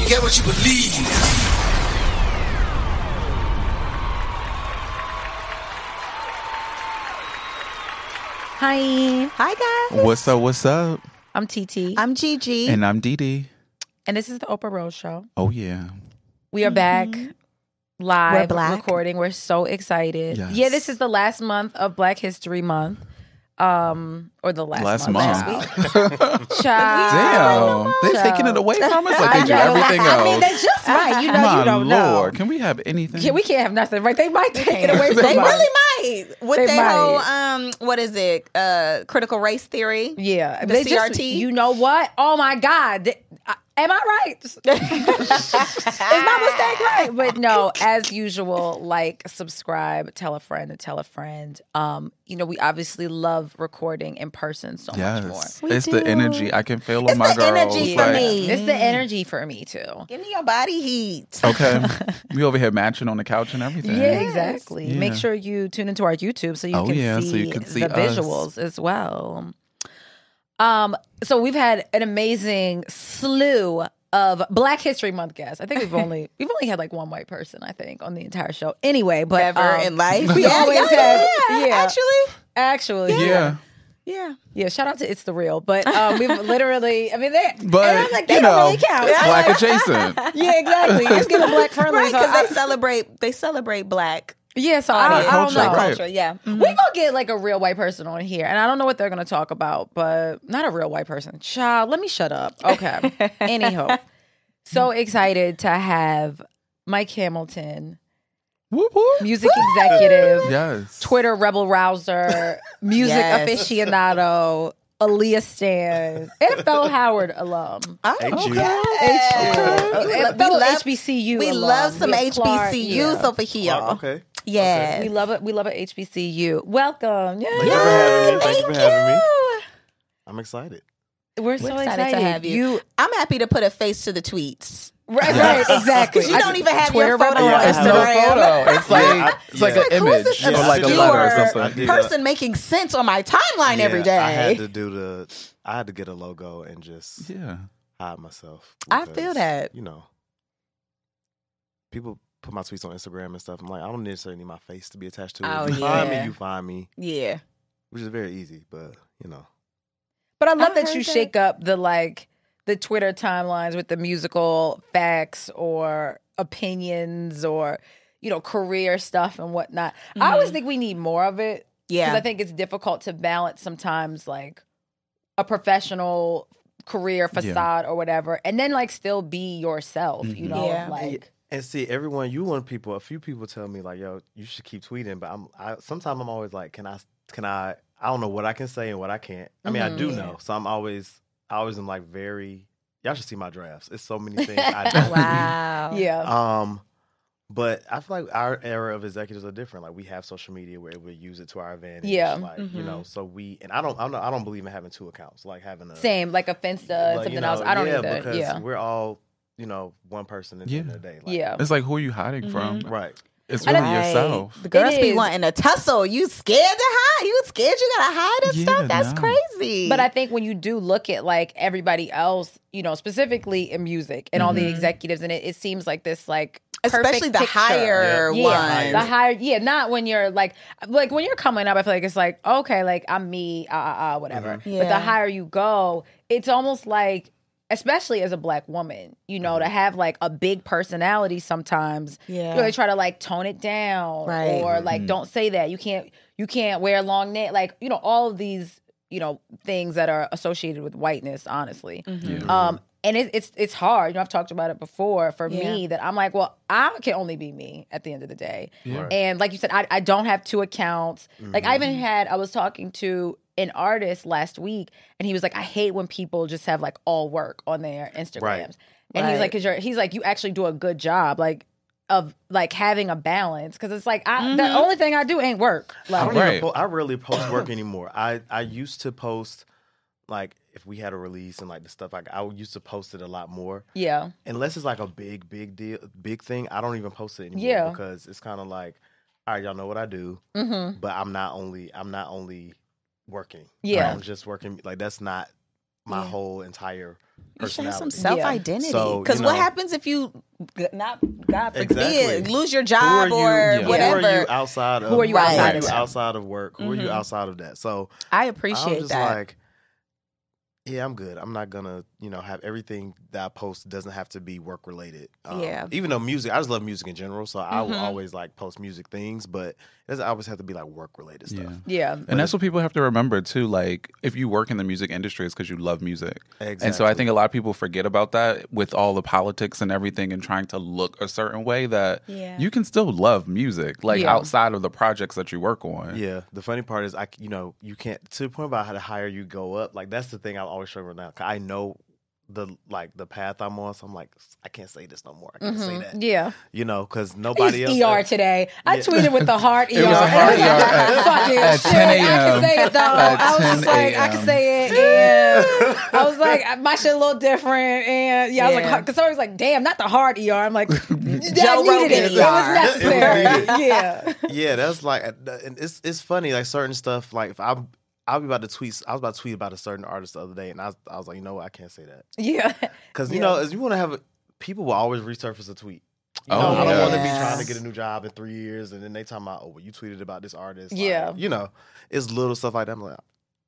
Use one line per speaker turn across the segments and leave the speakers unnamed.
You get what you believe.
Hi,
Hi guys.
What's up? What's up?
I'm TT,
I'm Gigi.
And I'm Dee Dee.
and this is the Oprah Rose Show.
Oh yeah.
We are back live,
Mm-hmm. We're black.
recording. We're so excited.
Yes.
Yeah, this is the last month of Black History Month, um, or the last,
Last,
month.
month.
Child.
Damn, they
Child.
taking it away from us like
I
they do
know.
everything else.
I mean, that's just right. You know,
My
you don't
lord, can we have anything?
Yeah, we can't have nothing, right? They might take it away
know.
from
They
us.
really might. With
They
their
might.
whole, um, what is it? Uh, critical race theory.
Yeah,
The
they just-
CRT.
you know what? Oh my God, Th- I- am I right? Is my mistake right? But no, as usual, like subscribe, tell a friend, and tell a friend. Um, you know, we obviously love recording in person so much more.
yes,
We
it's the
do.
energy. I can feel
It's
on my
the energy
girls,
for
like-
me.
It's the energy for me too.
Give me your body heat.
Oh.
Okay, we over here matching on the couch and everything.
Yeah, exactly.
Yeah.
Make sure you tune into our YouTube so you,
Oh,
can,
yeah,
see
so you can see
the
us.
visuals as well. Um, so we've had an amazing slew of Black History Month guests. I think we've only we've only had like one white person, I think, on the entire show. Anyway, but
Ever
um,
in life.
we always have- yeah.
Actually,
actually,
Yeah.
yeah,
yeah.
yeah. Shout out to It's the Real, but um, we've literally, I mean, they,
But
and I'm like, they
you
don't
know,
really count.
it's black adjacent.
Yeah, exactly. It's getting black friendly.
Right,
so
because
I-
they celebrate. They celebrate black. Mm-hmm.
Yeah, so I, I don't
Culture,
know.
right.
yeah. We gonna get like a real white person on here, and I don't know what they're gonna talk about, but not a real white person. Child, let me shut up. Okay. Anywho, so excited to have Mike Hamilton,
Whoop, whoop.
music executive,
Yes.
Twitter rebel rouser, music
Yes.
aficionado, Aaliyah Stan, NFL Howard alum.
Oh, okay.
Uh,
We
fellow
love- we love-
HBCU.
We
alum.
love some
Yeah, Clark,
HBCUs
yeah.
over here.
Oh, okay.
Yes.
We love it. We love it. HBCU. Welcome. Yeah.
Thank you for having me. Thank you for having me. I'm excited.
We're so
We're
excited,
excited, to have you. I'm happy to put a face to the tweets.
right,
Yes.
right, exactly.
'Cause you don't even have your photo
photo
on
It's no
Instagram.
photo. It's like
Yeah, I-
it's like
yeah.
an image
Who's this
or like a
obscure
letter or
I
something.
did
Person making sense on my timeline
yeah,
every day.
I had to do the. I had to get a logo and just
Yeah.
hide myself.
I feel
because,
that.
You know, people put my tweets on Instagram and stuff. I'm like, I don't necessarily need my face to be attached to it.
Oh,
If you find
yeah.
me, you find me,
yeah.
which is very easy. But you know,
But I love
I
that
heard
you
that.
shake up the like the Twitter timelines with the musical facts or opinions or you know career stuff and whatnot. I always think we need more of it because
Mm-hmm. Yeah.
I think it's difficult to balance sometimes like a professional career
Yeah.
facade or whatever, and then like still be yourself. You
Mhm.
know,
Yeah.
like
and see everyone. You want people. A few people tell me like, yo, you should keep tweeting. But I'm. I sometimes I'm always like, can I? Can I? I don't know what I can say and what I can't. I mean, I
Mhm.
do
Yeah.
know. So I'm always. I always am like very. Y'all should see my drafts. It's so many things. I don't know.
Wow.
yeah.
Um, but I feel like our era of executives are different. Like we have social media where we use it to our advantage.
Yeah. mm-hmm.
like you know. So we and I don't. I'm not, I don't believe in having two accounts. Like having a
Same, like a Finsta and
like, you
something
know,
else. I don't
yeah,
either.
Because
Yeah.
we're all you know one person at the end
Yeah.
of the day. Like,
Yeah.
It's like who are you hiding from?
Right.
It's
And
really
I-
yourself.
The girls
It
be
is.
wanting a tussle. You scared to hide. You scared you gotta hide and
Yeah,
stuff. That's
no.
crazy.
But I think when you do look at like everybody else, you know, specifically in music and all the executives in it, it seems like this like perfect
especially the
picture.
higher
yeah,
ones.
the higher, yeah, not when you're like, like when you're coming up, I feel like it's like okay, like I'm me, ah, ah, ah, whatever.
Mm-hmm.
But
Yeah.
the higher you go, it's almost like, especially as a black woman, you know, to have like a big personality sometimes.
Yeah.
you know, they try to like tone it down,
Right.
or like don't say that. You can't, you can't wear a long neck, like you know, all of these, you know, things that are associated with whiteness. Honestly,
Mm-hmm.
um, and it, it's it's hard. You know, I've talked about it before for me that I'm like, well, I can only be me at the end of the day.
Yeah.
And like you said, I, I don't have two accounts. Like I even had I was talking to an artist last week, and he was like, "I hate when people just have like all work on their Instagrams." And he's
Right.
like, "Cause you're," he's like, "You actually do a good job, like of like having a balance." Because it's like I, the only thing I do ain't work.
Mm-hmm. I
Like,
don't
Right.
even po- I rarely post work anymore. I I used to post like if we had a release and like the stuff like I used to post it a lot more.
yeah,
Unless it's like a big big deal, big thing, I don't even post it anymore
Yeah.
because it's kind of like all right, y'all know what I do,
hmm
but I'm not only I'm not only working.
Yeah.
I'm just working like that's not my
Yeah.
whole entire
You should have
personality.
some self identity.
So, you
Because what
know-
happens if you g- not God forbid
Exactly.
lose your
who are
job
you,
or
yeah.
whatever?
Who are you outside of?
Who are you
Right. outside
who
of?
are you outside of work? Who are you
Mhm.
outside of that? So
I
I'm
appreciate
just
that.
like, yeah, I'm good. I'm not gonna, you know, have everything that I post doesn't have to be work related. Um,
Yeah.
Even though music, I just love music in general, so I
Mm-hmm.
will
Mhm.
always like post music things, but it doesn't always have to be like work related stuff.
Yeah.
yeah.
And that's what people have to remember too. Like, if you work in the music industry, it's because you love music.
Exactly.
And so I think a lot of people forget about that with all the politics and everything and trying to look a certain way that
Yeah.
you can still love music, like
Yeah.
outside of the projects that you work on.
Yeah. The funny part is, I, c- you know, you can't to the point about how the higher you go up. Like that's the thing I'm always struggling now. 'cause I know the like the path I'm on, so I'm like, I can't say this no more. I can't say that.
Mm-hmm. Yeah,
You know, because nobody
he's
else.
ER today. I tweeted with the hard ER.
It was a hard
And I was like,
ER at-
Fucking
at
shit.
10
I can
a.m..
say it though.
Oh,
At
I was just
10
like, I
a.m..
can say it. And I was like, my shit a little different. And yeah, I was
Yeah.
like, because somebody was like, damn, not the hard ER. I'm like, I needed
Rogan
it. It was
ER.
necessary.
It was
yeah.
yeah, that's like, and it's it's funny. Like certain stuff, like if I'm. I'll be about to tweet. I was about to tweet about a certain artist the other day, and I was, I was like, you know what, I can't say that
Yeah.
because you
Yeah.
know, as you want to have a, people will always resurface a tweet. You
Oh,
know, I don't want to be
yes.
trying to get a new job in three years, and then they talking about, oh, well, you tweeted about this artist. like,
Yeah.
you know, it's little stuff like that. I'm like,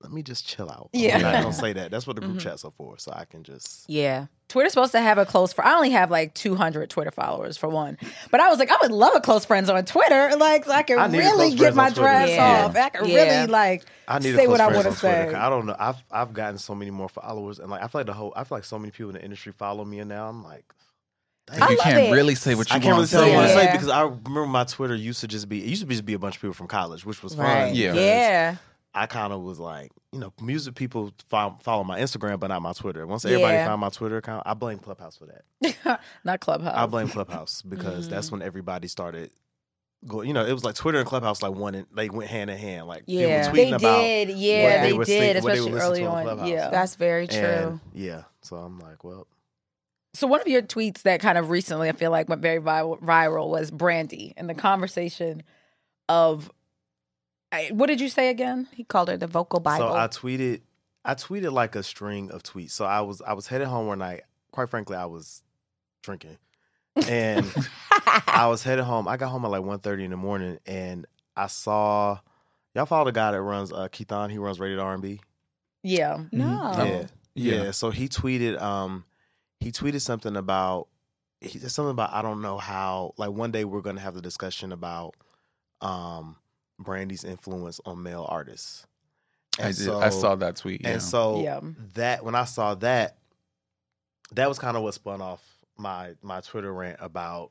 let me just chill out.
Yeah. Mm-hmm.
I'm not gonna say that. That's what the group chats are for, so I can just.
yeah.
Twitter's supposed to have a close friend. I only have like 200 Twitter followers for one. But I was like, I would love a close friends on Twitter. Like, so I can
I need a
really
close
get
friends
my
on Twitter.
dress
Yeah.
off. I can
Yeah.
really like
I need to
say what I
want
wanna
to
say.
I don't know. I've I've gotten so many more followers, and like I feel like the whole. I feel like so many people in the industry follow me, and now I'm like,
Like, you
love
can't
it.
really say what you
I can't really
want
tell
to
you what to
say.
say
Yeah.
because I remember my Twitter used to just be it used to be just be a bunch of people from college, which was
Right.
fun.
Yeah.
because
Yeah.
I kind of was like, you know, music people follow, follow my Instagram, but not my Twitter. Once everybody
Yeah.
found my Twitter account, I blame Clubhouse for that.
Not Clubhouse.
I blame Clubhouse because that's when everybody started. Going, you know, it was like Twitter and Clubhouse like one, in, they went hand in hand. Like people
Yeah.
tweeting
they
about
did.
what
Yeah,
they
they,
were
did,
think- what they were
especially
listening
early
to on
on.
Clubhouse.
yeah.
That's very true.
and- yeah, so I'm like, well,
so one of your tweets that kind of recently I feel like went very viral, viral was Brandy and the conversation of I, what did you say again?
he called her the vocal Bible.
So I tweeted, I tweeted like a string of tweets. So I was, I was headed home one night. Quite frankly, I was drinking, and I was headed home. I got home at like 1.30 in the morning, and I saw y'all follow the guy that runs uh, Keithon. He runs Rated R and B.
Yeah.
no.
mm-hmm, Yeah,
Oh, Yeah.
yeah. So he tweeted, um, he tweeted something about, he said something about I don't know how. Like one day we're gonna have the discussion about, um, Brandy's influence on male artists.
I,
And
did. I
so-
saw that tweet. Yeah.
and so
Yeah.
that when I saw that, that was kind of what spun off my my Twitter rant about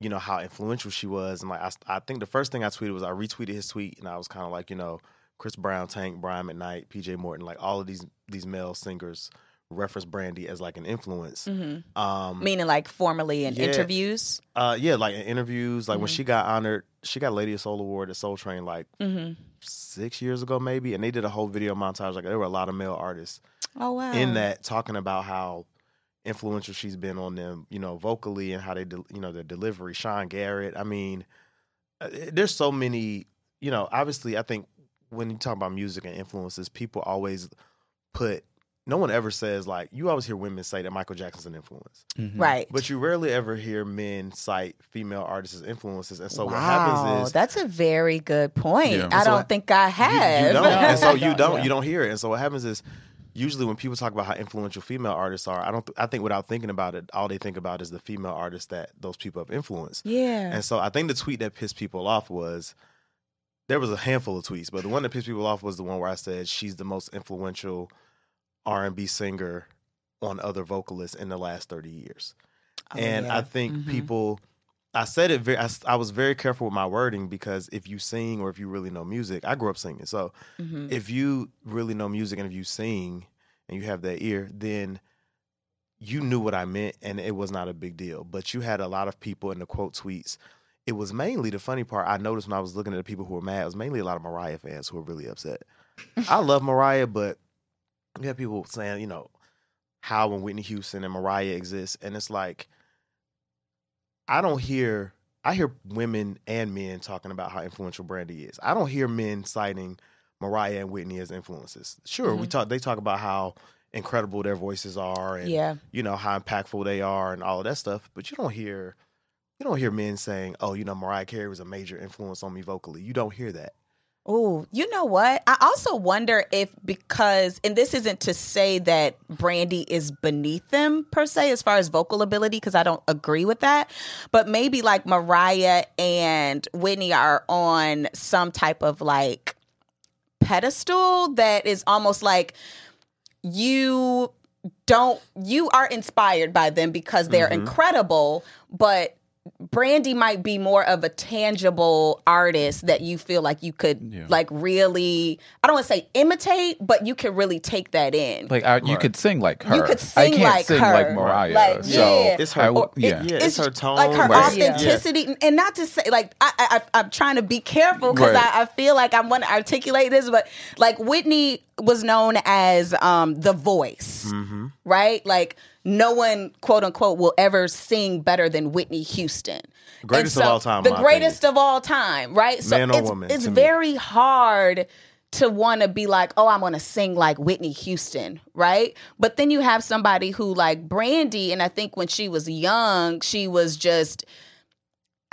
you know how influential she was, and like I, I think the first thing I tweeted was I retweeted his tweet, and I was kind of like you know Chris Brown, Tank, Brian McKnight, P.J. Morton, like all of these these male singers reference Brandy as like an influence.
Mhm.
Um,
Meaning like formally in
Yeah.
interviews.
uh, yeah, like in interviews, like when
Mhm.
she got honored, she got Lady of Soul Award at Soul Train like
Mm-hmm.
six years ago maybe, and they did a whole video montage. Like there were a lot of male artists
Oh wow.
in that talking about how influential she's been on them, you know, vocally and how they, del you know, their delivery. Sean Garrett. I mean, uh, there's so many, you know. Obviously, I think when you talk about music and influences, people always put. No one ever says like you always hear women say that Michael Jackson's an influence,
Mhm.
Right.
but you rarely ever hear men cite female artists as influences. And so
wow,
what happens is
that's a very good point.
Yeah.
I
So
don't
I-
think I
You-
have.
You, don't. And so
Yeah.
you don't. You don't hear it. And so what happens is, usually when people talk about how influential female artists are, I don't. Th- I think without thinking about it, all they think about is the female artists that those people have influenced.
yeah.
And so I think the tweet that pissed people off was there was a handful of tweets, but the one that pissed people off was the one where I said she's the most influential R and B singer on other vocalists in the last thirty years.
Oh,
and
yeah.
I think
Mhm.
people I said it very. I, s- I was very careful with my wording because if you sing or if you really know music, I grew up singing. So
Mm-hmm.
if you really know music and if you sing and you have that ear, then you knew what I meant and it was not a big deal. But you had a lot of people in the quote tweets. It was mainly the funny part. I noticed when I was looking at the people who were mad. It was mainly a lot of Mariah fans who were really upset. I love Mariah, but you have people saying, you know, how and Whitney Houston and Mariah exist, and it's like I don't hear I hear women and men talking about how influential Brandy is. I don't hear men citing Mariah and Whitney as influences. Sure,
Mm-hmm.
we talk they talk about how incredible their voices are and
Yeah.
you know how impactful they are and all of that stuff, but you don't hear you don't hear men saying, "Oh, you know Mariah Carey was a major influence on me vocally." You don't hear that.
Oh, you know what? I also wonder if because, and this isn't to say that Brandy is beneath them per se as far as vocal ability, because I don't agree with that, but maybe like Mariah and Whitney are on some type of like pedestal that is almost like you don't, you are inspired by them because they're incredible, but Brandy might be more of a tangible artist that you feel like you could like really I don't want to say imitate, but you can really take that in.
Like I, you could sing like her.
You could
I
sing
can't
like
sing
her.
like Mariah.
Like,
so
yeah.
It's her-
I w-
Or
it-
yeah.
Yeah, it's her tone,
like her
Right.
Yeah.
authenticity, and not to say like I, I I- I'm trying to be careful because
Right.
I, I feel like I want to articulate this, but like Whitney was known as um the voice,
Mm-hmm.
right? Like no one quote unquote will ever sing better than Whitney Houston, And
Greatest of all time,
the
my
greatest
opinion.
of all time, right? So
Man or
it's,
woman,
it's
to me.
very hard to want to be like, oh, I'm going to sing like Whitney Houston, right? But then you have somebody who like Brandy, and I think when she was young, she was just.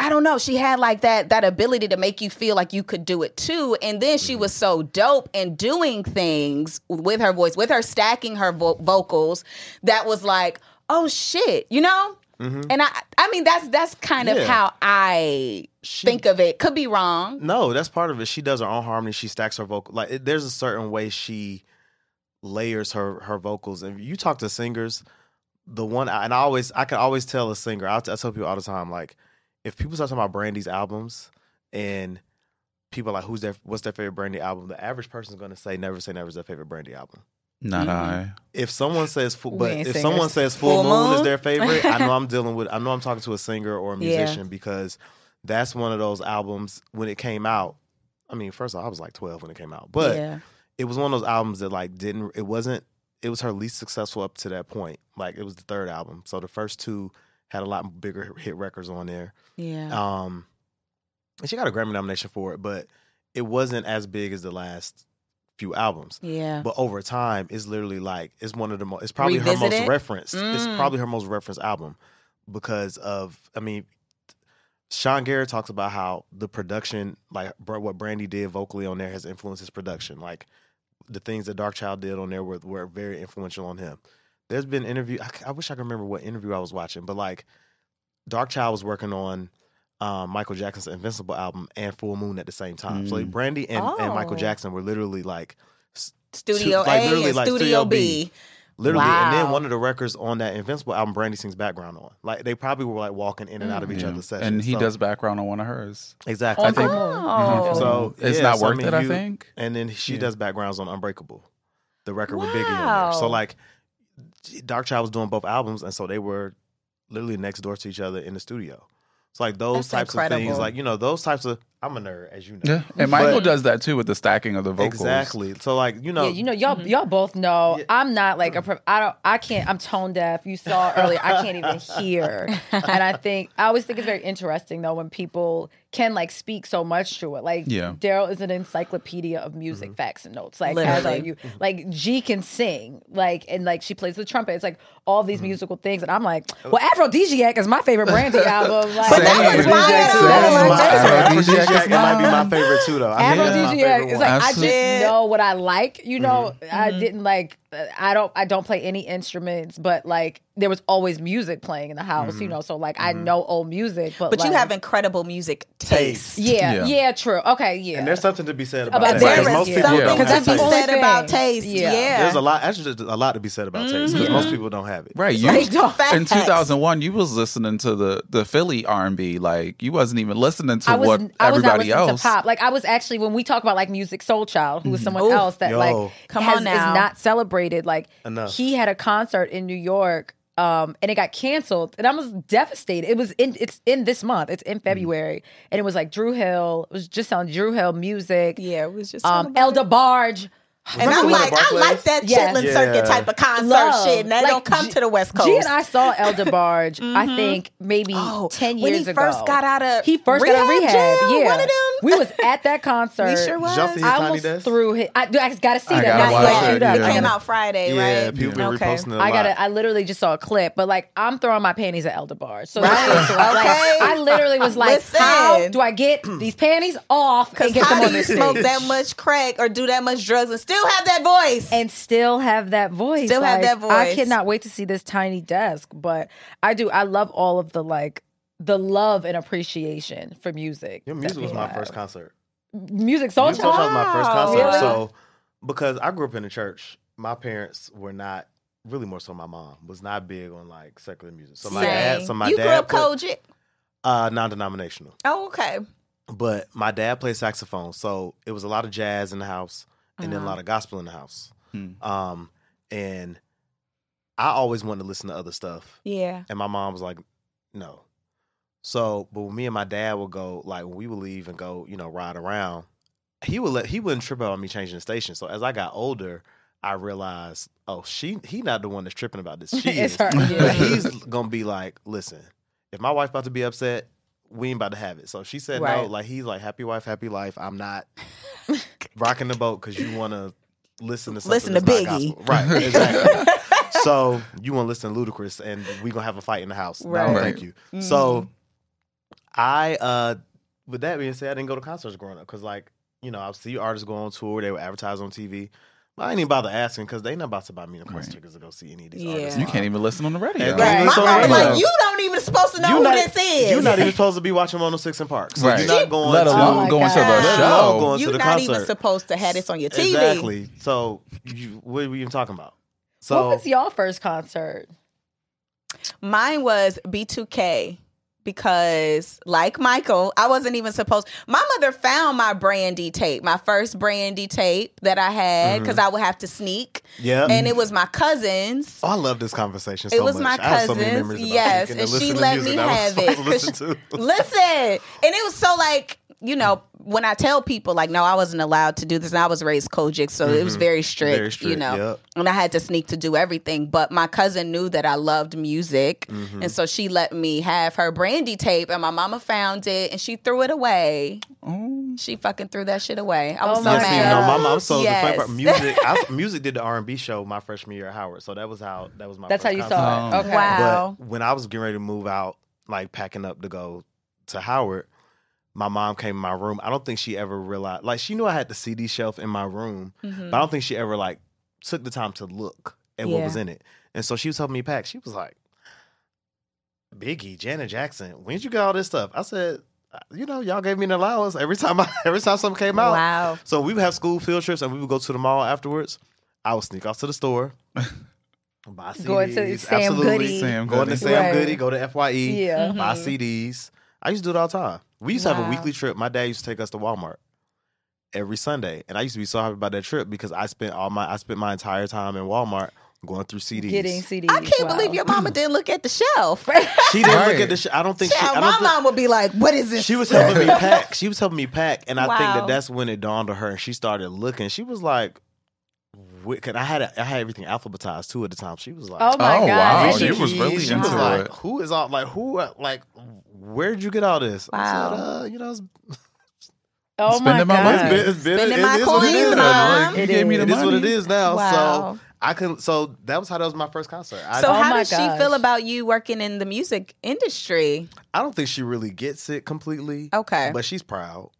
I don't know. She had like that that ability to make you feel like you could do it too, and then
Mm-hmm.
she was so dope in doing things with her voice, with her stacking her vo- vocals. That was like, oh shit, you know. And I, I mean, that's that's kind
Mm-hmm. Yeah.
of how I think of it. Could be wrong.
No, that's part of it. She does her own harmony. She stacks her vocal. Like it, there's a certain way she layers her her vocals. And you talk to singers, the one and I always I can always tell a singer. I, I tell people all the time, like if people start talking about Brandy's albums and people are like who's their what's their favorite Brandy album, the average person's going to say Never Say Never is their favorite Brandy album.
Not I.
If someone says full,
We
but if
ain't
someone
singers.
says full,
Full
moon, is
Moon?
their favorite, I know I'm dealing with. I know I'm talking to a singer or a musician because that's one of those albums when it came out. I mean, first of all, I was like 12 when it came out, but
yeah,
it was one of those albums that like didn't. It wasn't. It was her least successful up to that point. Like it was the third album, so the first two had a lot bigger hit records on there.
yeah.
Um, and she got a Grammy nomination for it, but it wasn't as big as the last few albums.
Yeah.
But over time, it's literally like it's one of the most. It's probably her
Revisit
most
it?
referenced. It's
Mm.
probably her most referenced album because of. I mean, Sean Garrett talks about how the production, like br- what Brandy did vocally on there, has influenced his production. Like the things that Dark Child did on there were were very influential on him. There's been interview. I, c- I wish I could remember what interview I was watching, but like Dark Child was working on. Um, Michael Jackson's Invincible album and Full Moon at the same time. So
Mm.
Brandy and, and Michael
Oh.
Jackson were literally like
Studio
two- like,
A
literally,
and
like, Studio
Studio
B.
B.
Literally, and then
Wow.
one of the records on that Invincible album, Brandy sings background on. Like they probably were like walking in and out of each
Mm. Yeah.
other's sessions.
And he
So-
does background on one of hers.
exactly.
I think-
Oh.
so.
It's
yeah,
not
so, I
worth
mean,
it, I
you-
think.
And then she
Yeah.
does backgrounds on Unbreakable, the record with Biggie. On there. So
Wow.
like, Dark Child was doing both albums, and so they were literally next door to each other in the studio. So like those
That's
types of things,
incredible.
like you know those types of. I'm a nerd, as you know.
Yeah. And Michael
But-
does that too with the stacking of the vocals.
Exactly. So like you know,
yeah, you know, y'all y'all both know
Yeah.
I'm not like a pro- I don't I can't I'm tone deaf. You saw earlier I can't even hear, and I think I always think it's very interesting though when people can like speak so much to it. Like
Yeah.
Daryl is an encyclopedia of
Mm-hmm.
music facts and notes. Like as
Literally.
are you. Like G can sing. Like and like she plays the trumpet. It's like all
Mm-hmm.
these musical things, and I'm like,
Oh.
well, Aphrodisiac is my favorite Brandy album. Like,
But that was my
Aphrodisiac's
album.
one of my favorites.
That's my-
favorite.
Aphrodisiac, it might be my favorite too, though. I think that's my
Aphrodisiac
favorite
is
one. Mm-hmm.
like I just
Absolutely.
I know what I like. You know, I didn't like. uh, I don't. I don't play any instruments, but like there was always music playing in the house.
Mm-hmm.
You know, so like I know old music, but
But you
like-
have incredible music taste.
Yeah, yeah,
Yeah.
true. Okay, yeah.
And there's something to be said about,
About
that.
there
because
is,
most
yeah.
people
something
Yeah.
don't
to
have
That's
be
the
it.
said
only
about
thing.
taste.
Yeah.
Yeah.
There's a lot, actually, there's a lot to be said about taste because most people don't have it.
Right. You,
They don't.
in
Facts.
2001, you was listening to the the Philly R&B. Like you wasn't even listening to
I was
what
I was not
everybody
listening
else. Mm-hmm.
to pop. Like I was actually when we talk about like music soul child, who was someone else that
Yo.
like
Come
has,
on now.
is not celebrated. Like
Enough.
he had a concert in New York, um, and it got canceled, and I was devastated. It was in it's in this month. It's
Mm.
in February, and it was like Drew Hill. It was just on Drew Hill music.
Yeah, it was just
um, Elder Barge.
And I'm
Remember
like, I
Barclays?
like that
Yeah.
Chitlin
Yeah.
Circuit type of concert
Love.
shit. And that
Like,
don't come
G-
to the West Coast. Mm-hmm.
G and I saw Elder Barge. I think maybe
Oh,
ten years
when he
ago.
first got out of
he first got out of
rehab
rehab.
jail,
yeah,
one of them.
we was at that concert.
We sure was.
Did y'all see his
I
Tiny
almost
Desk?
threw his. I, I just gotta see
I
that. now.
gotta watch
Gotta
it,
do that.
yeah.
It
I
came
gotta-
out Friday,
Yeah,
right?
people been
Okay.
reposting it a
I
lot.
gotta. I literally just saw a clip, but like I'm throwing my panties at Elder Bar. So
Right.
like,
Okay.
I literally was like,
Listen.
how do I get these panties off and
Because
get them
how
on
do you
this
smoke
stage?
that much crack or do that much drugs and still have that voice?
and still have that voice.
Still have
Like,
that
I
voice.
cannot wait to see this tiny desk, but I do. I love all of the like the love and appreciation for music.
Your
that
music was
people
my
have.
first concert.
music soul
Music Soul Child
child.
was my first
Wow.
concert.
Really?
So because I grew up in the church, my parents were not really more so my mom was not big on like secular music. So my dad,
Same.
so my
you
dad
grew up
put-
Kojic?
uh non-denominational.
Oh, okay.
But my dad played saxophone, so it was a lot of jazz in the house and then a lot of gospel in the house.
Hmm.
Um and I always wanted to listen to other stuff.
Yeah.
And my mom was like, no. So, but when me and my dad would go, like when we would leave and go, you know, ride around, he would let he wouldn't trip out on me changing the station. So as I got older, I realized, oh, she he not the one that's tripping about this. She
It's
is.
her.
But
Yeah.
he's gonna be like, listen, if my wife about to be upset, we ain't about to have it. So if she said no.
Right.
Like he's like, happy wife, happy life. I'm not rocking the boat because you want to listen to
Listen
something
to
that's not
Biggie.
gospel. right? Exactly. so you want to listen to Ludacris, and we gonna have a fight in the house. No,
Right. Mm-hmm.
thank you. So I, uh with that being said, I didn't go to concerts growing up because, like, you know, I would see artists go on tour. They were advertised on TV. But I didn't even bother asking because they not about to buy me no concert tickets to go see any of these
Yeah.
artists.
You can't even listen on the radio.
Right.
My
So
mom was
anyway.
like, you don't even supposed to know
You
who
not,
this is.
You're not even supposed to be watching 106 in Park. So
Right.
you're not going
Let
to-
alone
my
going to
Oh
God.
the
Let alone
show.
going- to
You're
the
not even
concert.
supposed to have this on your TV.
Exactly. So you, what are we even talking about? So
what was y'all first concert?
Mine was B2K because, like Michael, I wasn't even supposed. My mother found my brandy tape, my first brandy tape that I
Mm-hmm.
had because I would have to sneak.
yeah.
And it was my cousin's.
Oh, I love this conversation so
It was
much.
my
I have so many
cousin's,
memories about
yes,
sneaking
and she
listening to
let
music
me
that I was
have it,
supposed to listen to.
Listen, and it was so like you know when I tell people like no I wasn't allowed to do this and I was raised Kojic so it was very strict,
Mm-hmm. Very
you
strict,
know
yep.
and I had to sneak to do everything but my cousin knew that I loved music
Mm-hmm.
and so she let me have her brandy tape and my mama found it and she threw it away
Oh.
she fucking threw that shit away I was
Oh
so
my
Yes, you know,
mad
my mom sold the funny
Yes.
part. Music, I, music did the R and B show my freshman year at Howard, so that was how that was my.
That's how
first
you
concert.
saw it.
Oh.
Okay.
Wow.
But when I was getting ready to move out, like packing up to go to Howard, my mom came in my room. I don't think she ever realized. Like she knew I had the CD shelf in my room,
Mm-hmm.
but I don't think she ever like took the time to look at what
Yeah.
was in it. And so she was helping me pack. She was like, "Biggie, Janet Jackson, when would you get all this stuff?" I said, "Uh, "You know, y'all gave me an allowance every time. I, every time something came out,
wow
so we would have school field trips and we would go to the mall afterwards. I would sneak off to the store, buy CDs.
Go into Sam
absolutely.
Goody.
Sam
Go into
Goody.
Sam
Right.
Goody, go to FYE,
Yeah.
buy CDs. I used to do it all the time. We used to have a
Wow.
weekly trip. My dad used to take us to Walmart every Sunday. And I used to be so happy about that trip because I spent all my I spent my entire time in Walmart going through CDs.
Getting CDs.
I can't
Wow.
believe your mama didn't look at the shelf
She didn't look
Right.
at the sh- I don't think she
Yeah,
I
my
don't thi-
mom would be like what is this
she was helping me pack. She was helping me pack, and I think
Wow.
that that's when it dawned on her, and she started looking. She was like, "Wh- "Cause I had a, I had everything alphabetized too at the time." She was like,
Oh my god!
Oh, wow.
Richard
Alicia
you was
Keys.
really
she
into
was like,
it.
"Who is all like who are- like where'd you get all this?" I said,
Wow.
uh, you know, it's
Oh
Spending
my
my
god!
money.
it's been, it's been
Spending
it
my
is what it
coins,
is.
Mom.
Like, you
It
gave me
It
the
is
money.
what it is now.
Wow.
So I can. So that was how that was my first concert. I,
So
Oh
how
my
does
gosh.
she feel about you working in the music industry?
I don't think she really gets it completely.
Okay.
but she's proud.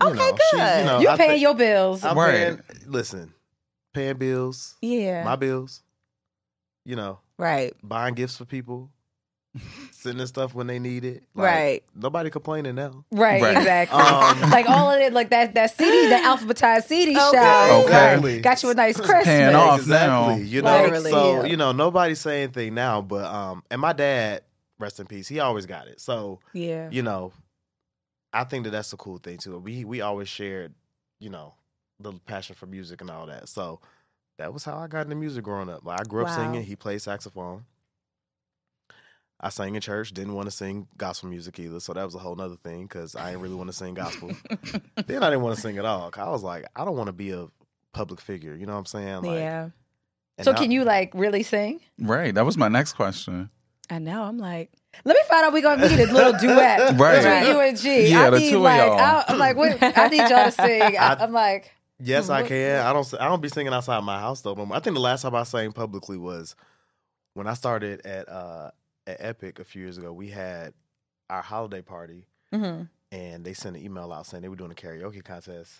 You
Okay,
know, she-
good.
you know,
You're
uh, I
paying
think-
your bills.
I'm
Right.
paying, listen, paying bills,
Yeah.
my bills, you know,
right.
buying gifts for people, sending stuff when they need it.
Right.
Nobody complaining now.
Right,
Right.
exactly.
Um,
like all of it, like that that CD, the alphabetized CD
Okay.
show.
Exactly.
Like, got you a nice Christmas.
paying off
exactly.
now.
You know,
Literally,
so
yeah.
you know, nobody's saying anything now, but um, and my dad, rest in peace, he always got it. So
Yeah.
you know, I think that that's a cool thing too. We we always shared, you know, the passion for music and all that. So that was how I got into music growing up. Like I grew up
Wow.
singing. He played saxophone. I sang in church. Didn't want to sing gospel music either, so that was a whole nother thing because I didn't really want to sing gospel. then I didn't want to sing at all. 'cause I was like, I don't want to be a public figure. You know what I'm saying? Like,
yeah.
and
So
I-
can you like really sing?
Right. That was my next question.
I know. I'm like,
Let me find out. We gonna we need a little duet
Right.
between you and G.
Yeah,
I
the
need
two of
like
y'all.
I, am like what, I need y'all to sing. I,
I-
am like
Yes,
Mm-hmm.
I can. I don't. s- I don't be singing outside my house though. But I think the last time I sang publicly was when I started at uh, at Epic a few years ago. We had our holiday party,
Mm-hmm.
and they sent an email out saying they were doing a karaoke contest,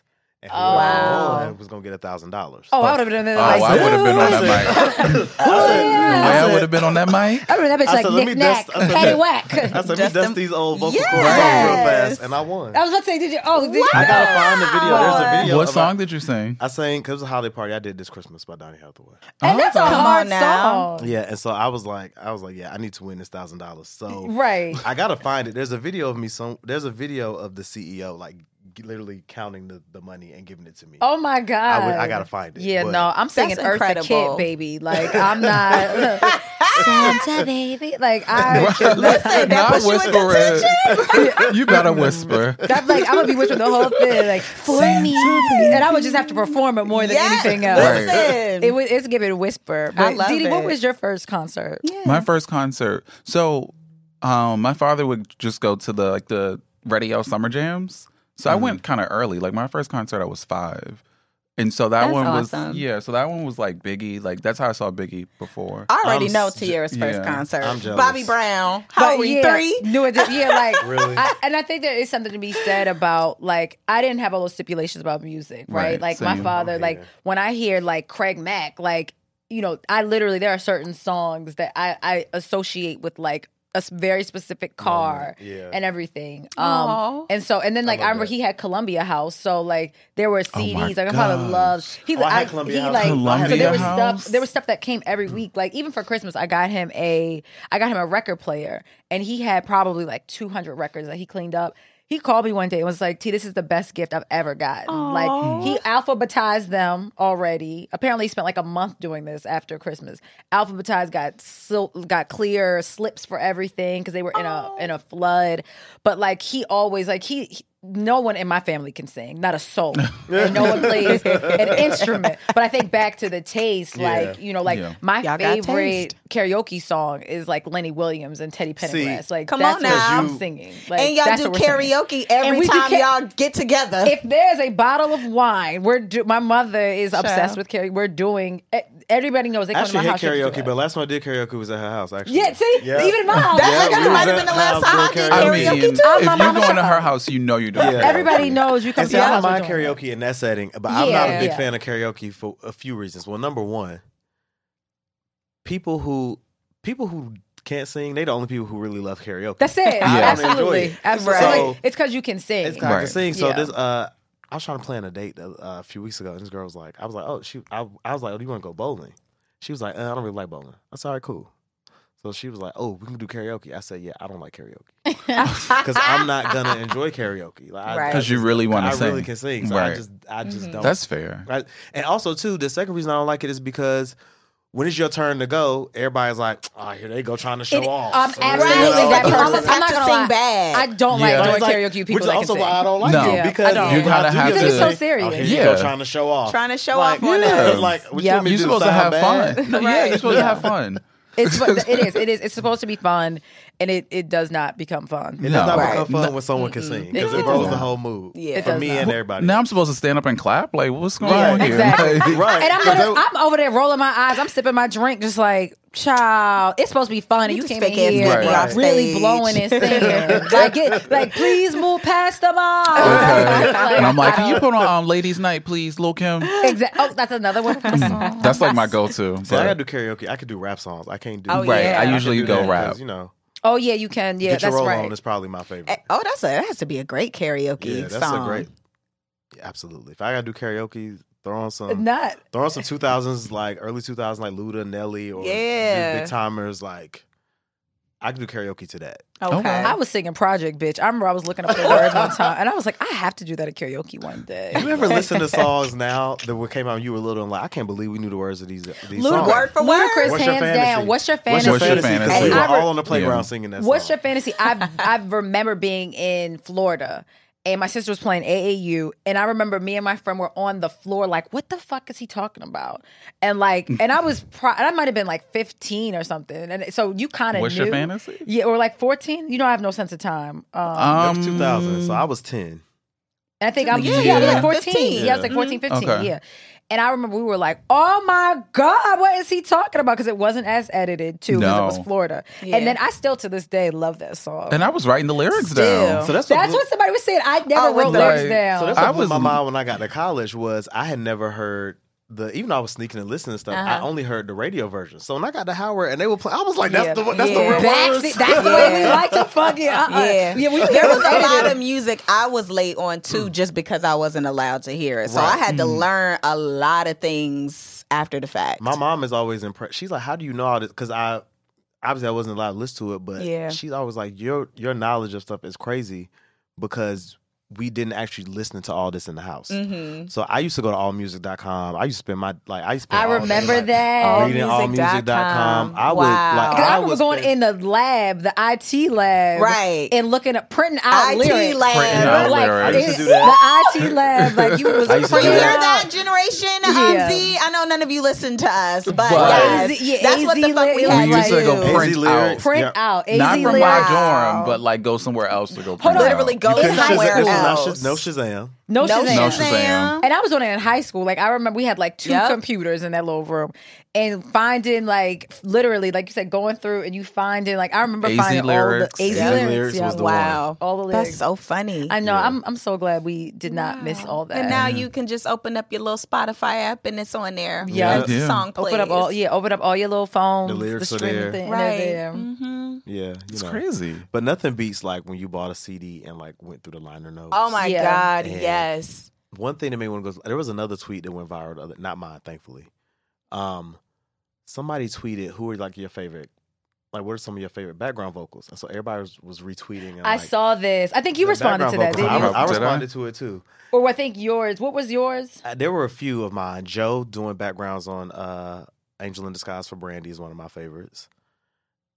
and whoever
Wow.
won "Oh, was gonna get a thousand dollars.
oh I would have been
Oh,
like Oh,
I would have been on that mic. Yeah, I would have been on that mic.
I remember that bitch
I
like
said, let
knick
me
knack,
dust- I said,
patty
let-
whack.
I said,
Just
we dust
them-
these old vocal cords real
Yes.
fast, and I won.
I was about to say, did you? Oh, did you?
I gotta find the video. There's a video.
What
of
song
I,
did you sing?
I sang because it was a holiday party. I did this Christmas by Donny Hathaway.
And that's a
Oh.
Come on
hard
now.
song,
Yeah, and so I was like, I was like, yeah, I need to win this thousand dollars. So
right?
I gotta find it. There's a video of me. Some there's a video of the CEO like g- literally counting the, the money and giving it to me.
Oh my god!
I, would, I gotta find it.
Yeah,
but-
no, I'm singing
That's
Eartha
incredible.
Kitt, baby. Like I'm not Santa, baby. Like I,
Listen, that
Not
puts you in
whisper it. You better whisper.
I'm like I'm gonna be whispering the whole thing, like for me, and I would just have to perform it more than
Yes,
anything else.
Right.
listen.
It was it's giving whisper. But
I love
Didi, what
it.
was your first concert?
My first concert. So, um, my father would just go to the like the radio summer jams. So I went
Mm-hmm.
kind of early. Like my first concert, I was five, and so that
That's
one was
awesome.
yeah. So that one was like Biggie. Like that's how I saw Biggie before.
I already
I'm
know
s-
Tiara's first
yeah,
concert.
I'm jealous.
Bobby Brown. How
But
old were oh, you?
yeah,
Three?
Knew it, yeah, like
Really?
I, and I think there is something to be said about like I didn't have all those stipulations about music, right?
Right,
like my
same.
father,
Yeah.
like when I hear like Craig Mack, like you know, I literally there are certain songs that I I associate with like a s- very specific car
yeah.
and everything.
Aw.
Um and so and then like I,
love
remember
that.
he had Columbia House, so like there were
my
CDs like I probably
gosh.
loved. He
Oh, I had
I-
Columbia
he,
House.
like so
Columbia
there was
House?
stuff there was stuff that came every week. Like even for Christmas, I got him a I got him a record player, and he had probably like 200 records that he cleaned up. He called me one day and was like, "T, this is the best gift I've ever gotten." Like he alphabetized them already. Apparently, he spent like a month doing this after Christmas. Alphabetized got sil- got clear slips for everything because they were in a in a flood. But like he always like he. he- no one in my family can sing, not a soul. and no one plays an instrument. But I think back to the taste, like, you know, like
Yeah.
my
Y'all got
favorite
taste.
karaoke song is like Lenny Williams and Teddy Pendergrass. like
come
that's
on
what
now.
I'm singing. Like,
and y'all
that's
do
what we're singing.
karaoke every
we do
time
ca-
y'all get together.
If there's a bottle of wine, we're do- my mother is obsessed with karaoke. We're doing. e- Everybody knows they come
I
to
actually
my
hate
house. she can do
karaoke,
it.
but last time I did karaoke was at her house. Actually,
yeah, see,
Yeah.
even my house.
That-
Yeah,
that
we
might
was
have been the
at
last
house
time I
doing
did
I
karaoke.
mean,
karaoke
if
too.
I'm my
you
mama's
go into her
child.
house, you know you don't.
Yeah.
Everybody knows you come
And
to
see,
my
I
house.
don't mind
we're doing it.
karaoke in that setting, but I'm not a
Yeah.
big
Yeah.
fan of karaoke for a few reasons. Well, number one, people who people who can't sing, they the only people who really love karaoke.
That's it.
I don't enjoy
Absolutely,
it.
absolutely.
So-
Like, it's because you can sing.
It's kind of
Right.
sing. So
Yeah.
this, uh, I was trying to plan a date uh, a few weeks ago, and this girl was like, I was like, oh, she, I, I was like, oh, do you want to go bowling? She was like, uh, I don't really like bowling. I said, all right, cool. So she was like, oh, we can do karaoke. I said, yeah, I don't like karaoke because I'm not gonna enjoy karaoke. Like, I-
Right.
I
'Cause you
just-
really wanna
I really
sing.
can sing. So I
Right.
just, I just
Mm-hmm.
don't.
That's fair.
I, and also too, the second reason I don't like it is because. When it's your turn to go, everybody's like, "Oh, here they go trying to show
It-
off."
I'm
So, you
absolutely
know,
that
Like, you
person.
almost
I'm
have
not
to
gonna
sing
lie.
bad.
I don't
Yeah.
like
It's
doing
like-
karaoke. People
which is
that can
also
sing.
why I don't like
No.
it
Yeah,
because
I don't.
You
when
gotta
do
have
get
to-
It's so
sick,
serious.
oh, here you go,
Yeah.
trying to show off,
Trying to show
Like,
off on
yeah.
us.
It's like what you
Yeah.
want me
You're
to do,
supposed to
sound
have
bad?
fun. Yeah, you're supposed to have fun.
It's fu- it is it is it's supposed to be fun, and it it does not become fun.
It does not
Right.
become fun when someone can sing because
It
it blows
does
the whole mood.
Yeah. It
for
does
me
not.
and everybody.
Now I'm supposed to stand up and clap. Like, what's going
Right.
on here?
Exactly.
Like-
right,
And I'm
But
gonna,
that-
I'm over there rolling my eyes. I'm sipping my drink, just like Child, it's supposed to be fun, and you,
just
came in
fake ass
here
nigga off
really
stage.
blowing and singing. like, get, like, please move past the mom.
Okay. and I'm like, can you put on um, Ladies Night, please, Lil Kim? Mm.
Exactly. Oh, that's another one from the
Mm.
song.
That's like my go-to.
See, I
but-
gotta do karaoke. I could do rap songs. I can't do.
Oh, Right, yeah. I
can
usually
do
go
that 'cause,
rap.
You know,
Oh yeah, you can. Yeah,
get your
that's
roll
right.
on is probably my favorite.
Eh, Oh, that's a that has to be a great karaoke
yeah, that's
song.
a great. Yeah, absolutely. If I gotta do karaoke, throw on some,
Not
throw on some two thousands like early two thousands like Luda, Nelly, or
Yeah.
big timers like. I could do karaoke to that.
Okay.
I was singing Project Bitch. I remember I was looking up the words one time, and I was like, I have to do that at karaoke one day.
You ever listen to songs now that were came out when you were little and like I can't believe we knew the words of these these
Lud-
songs.
word for
Ludacris,
word.
What's your
hands
fantasy?
down. What's your
What's
fantasy?
your
What's your
fantasy? 'Cause
fantasy?
We were
Hey, I re-
all on the playground
Yeah.
singing that.
What's
song.
your fantasy? I I remember being in Florida and my sister was playing AAU and I remember me and my friend were on the floor like what the fuck is he talking about? And like and I was pro- and I might have been like 15 or something. And so you kind of
What's your fantasy?
Yeah, or like 14? You know I have no sense of time. Um,
That
Um,
was 2000, so I was 10.
and I think I'm yeah,
Yeah,
yeah, I was like
yeah.
14.
15.
Yeah, I was like 14, 15.
Okay.
Yeah. And I remember we were like, oh my God, what is he talking about? Because it wasn't as edited too, because it was
No.
Florida.
Yeah.
And then I still to this day love that song.
and I was writing the lyrics
Still.
down.
So that's,
That's
what,
what somebody was saying. I never
Oh,
wrote
like-
lyrics
Right.
down.
So that's
I
what blew
was-
my mind when I got to college was I had never heard the even though I was sneaking and listening to stuff, I
Uh-huh.
only heard the radio version. So when I got to Howard and they were playing, I was like, that's
Yeah.
the one- that's
Yeah.
the real
Backseat-
words.
that's the way we
Yeah.
like to fucking. Uh-uh.
Yeah.
yeah we,
There was a lot of music I was late on too, just because I wasn't allowed to hear it. So I
Mm. Right.
had to
Mm.
learn a lot of things after the fact.
My mom is always impressed. She's like, how do you know all this? Because I obviously I wasn't allowed to listen to it, but
Yeah.
she's always like, your your knowledge of stuff is crazy because we didn't actually listen to all this in the house.
Mm-hmm.
So I used to go to allmusic.com. I used to spend my like I used to spend
I
all day,
remember
like,
that.
reading
Allmusic.com.
allmusic.com. I would
Wow.
like
'Cause I,
I,
remember
was
going in the lab, the IT lab,
Right.
and looking at printing out
IT
lyrics.
lab. Printing
out
like,
lyrics.
I used to
it-
do that.
The IT lab, like you was
I used to
Did
printing
you hear
Yeah.
that
out-
generation?
Yeah.
Um, Z, I know none of you listen to us, but
Right.
yes,
AZ, yeah,
that's what the
AZ
fuck we
lit-
had
we used
to
to
do.
go
Crazy
print out.
lyrics.
print
Yeah.
out. AZ
Not from
lyrics.
my dorm, but like go somewhere else to go print out.
Literally go
couldn't Shazam-
somewhere
this was not
else.
Shaz- no Shazam.
No,
No
Shazam.
No
Shazam.
Shazam.
And I was on it in high school. Like I remember we had like two
Yep.
computers in that little room and finding like literally, like you said, going through and you finding like I remember
AZ
finding
lyrics.
all the AZ
Yeah.
lyrics.
Lyrics
yeah.
was the one.
Wow.
All the lyrics.
That's so funny.
I know. I'm I'm so glad we did not miss all that.
And now you can just open up your little Spotify app and it's on there.
Yeah.
Once the
Yeah.
song plays.
open up all yeah, open up all your little phones.
The lyrics are
streaming
there.
Thing,
Right. Mm-hmm.
They're there.
Yeah, you
It's
know.
crazy.
But nothing beats like when you bought a CD and like went through the liner notes.
Oh my
Yeah.
God.
Yeah.
Yes.
One thing that made one goes. There was another tweet that went viral. the other- Not mine, thankfully. Um, somebody tweeted, "Who are like your favorite? Like, what are some of your favorite background vocals?" And so everybody was, was retweeting. And,
I
like,
saw this. I think you
the
responded
background
to that,
vocals.
didn't you?
I, I
Did I?
responded to it too.
or I think yours. What was yours?
Uh, there were a few of mine. Joe doing backgrounds on uh, "Angel in Disguise" for Brandy is one of my favorites.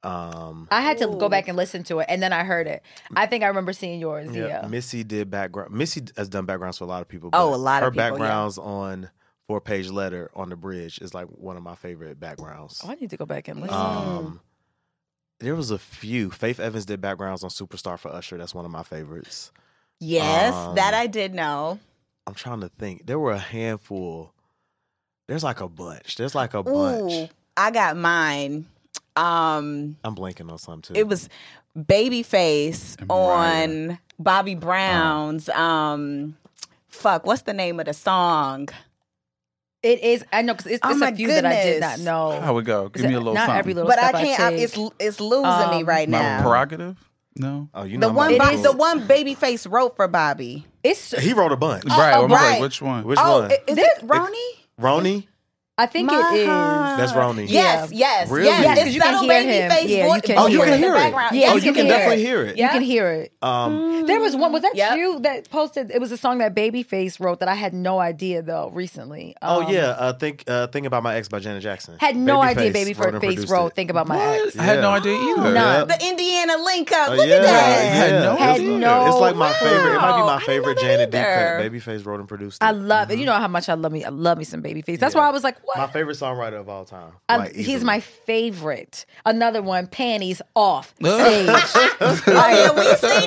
Um,
I had to go back and listen to it, and then I heard it. I think I remember seeing yours. Yeah,
Yeah. Missy did background. Missy has done backgrounds for a lot of people.
Oh,
but
a lot
her
of people, yeah.
backgrounds on four page letter on the bridge is like one of my favorite backgrounds.
Oh, I need to go back and listen.
Um, there was a few. Faith Evans did backgrounds on Superstar for Usher. That's one of my favorites.
Yes.
Um,
that I did know.
I'm trying to think. There were a handful. There's like a bunch. There's like a
Ooh.
bunch.
I got mine. Um,
I'm blanking on some too.
it was Babyface
And Mariah.
on Bobby Brown's. Um, fuck, what's the name of the song?
It is. I know because it's,
Oh
it's
my
a few that I did
goodness.
not know.
How would go? Give me a little
not
something.
every little
But I
step I
can't. I
take.
it's it's losing me
Um,
right
My
now.
prerogative? No.
Oh, you know
the
I'm
one,
old
Bo-
school.
the one Babyface wrote for Bobby.
It's.
He wrote a bunch.
right. I'm
right.
like, which one?
Which
Oh,
one?
i- is it Ronnie?
Ronnie.
I think
My
it is.
heart.
That's Ronnie.
Yes,
Yeah.
yes,
Really?
yes.
Yes,
'cause
It's
you can
subtle
hear
baby
him.
face
Yeah, you
voice-
can
voice
Oh, you
in
can
the
hear it.
background.
Yeah,
oh,
you
you
can
can
hear
definitely
it.
hear it.
You can hear it.
Um,
There was one. Was that
Yep.
you that posted? It was a song that Babyface wrote that I had no idea though. Recently.
Oh
Um,
yeah, uh, think uh, think about my ex by Janet Jackson.
Had no idea
Babyface wrote and
Babyface
produced
wrote.
it.
Think about my ex.
I had no
Yeah.
idea either.
None.
The Indiana link up.
Uh,
Look
yeah,
at that.
Had no
yeah.
Had
it's,
no
it's like my favorite. It might be
clue. I
my
didn't
favorite
know that
Janet D cut.
either.
Babyface wrote and produced it.
I love it. You know how much I love me. I love me some Babyface. That's why I was like, what?
My favorite songwriter of all time.
Um,
Like,
he's
easily.
my favorite. Another one, panties off stage.
Oh yeah, we've seen the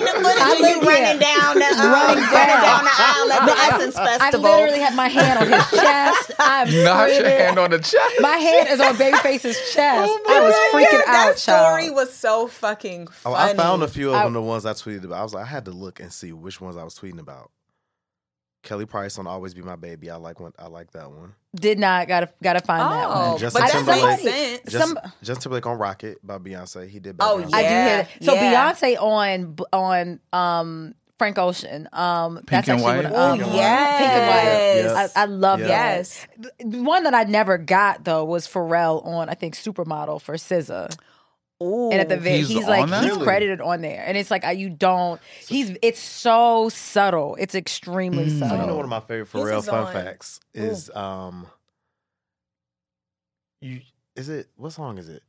footage
I
of
live-
you running down the um, running,
Running down.
down the aisle at the Essence
I
Festival.
literally have my hand on his chest. I'm
Knock your
screaming.
hand on the chest.
My hand is on Babyface's chest.
Oh
I was
my
freaking
God, that
out,
story
child.
was so fucking
Oh,
funny.
I found a few of
I-
them, the ones I tweeted about. I was like, I had to look and see which ones I was tweeting about. Kelly Price on "Always Be My Baby." I like one. I like that one.
Did not gotta gotta find that one.
Oh,
Justin
but that
Timberlake.
makes sense.
Just,
Some-
Justin Timberlake on "Rocket" by Beyonce. He did.
Oh,
Beyonce.
I do hear that. So
Yeah.
Beyonce on on um Frank Ocean. Um
Pink
that's
and
actually
White?
what um,
Pink and White.
Pink and White.
Oh, yes.
Yes.
I, I love
Yeah.
that.
Yes.
The one that I never got though was Pharrell on I think Supermodel for SZA,
Ooh.
and at the very
He's
he's, like
on that?
he's
Really?
credited on there, and it's like I, you don't he's it's so subtle, it's extremely
Mm.
So you know
subtle.
one of my favorite
This
Pharrell
is
fun
on-
facts is um you is it what song is it?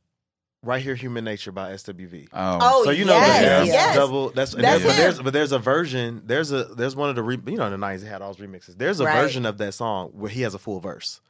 Right here, Human Nature by SWV.
Oh,
Oh,
so you know
yes,
that that's
yes.
double that's, and
That's
there's- but
him.
there's but there's a version there's a there's one of the re, you know in the nineties they had all those remixes. There's a
Right.
version of that song where he has a full verse.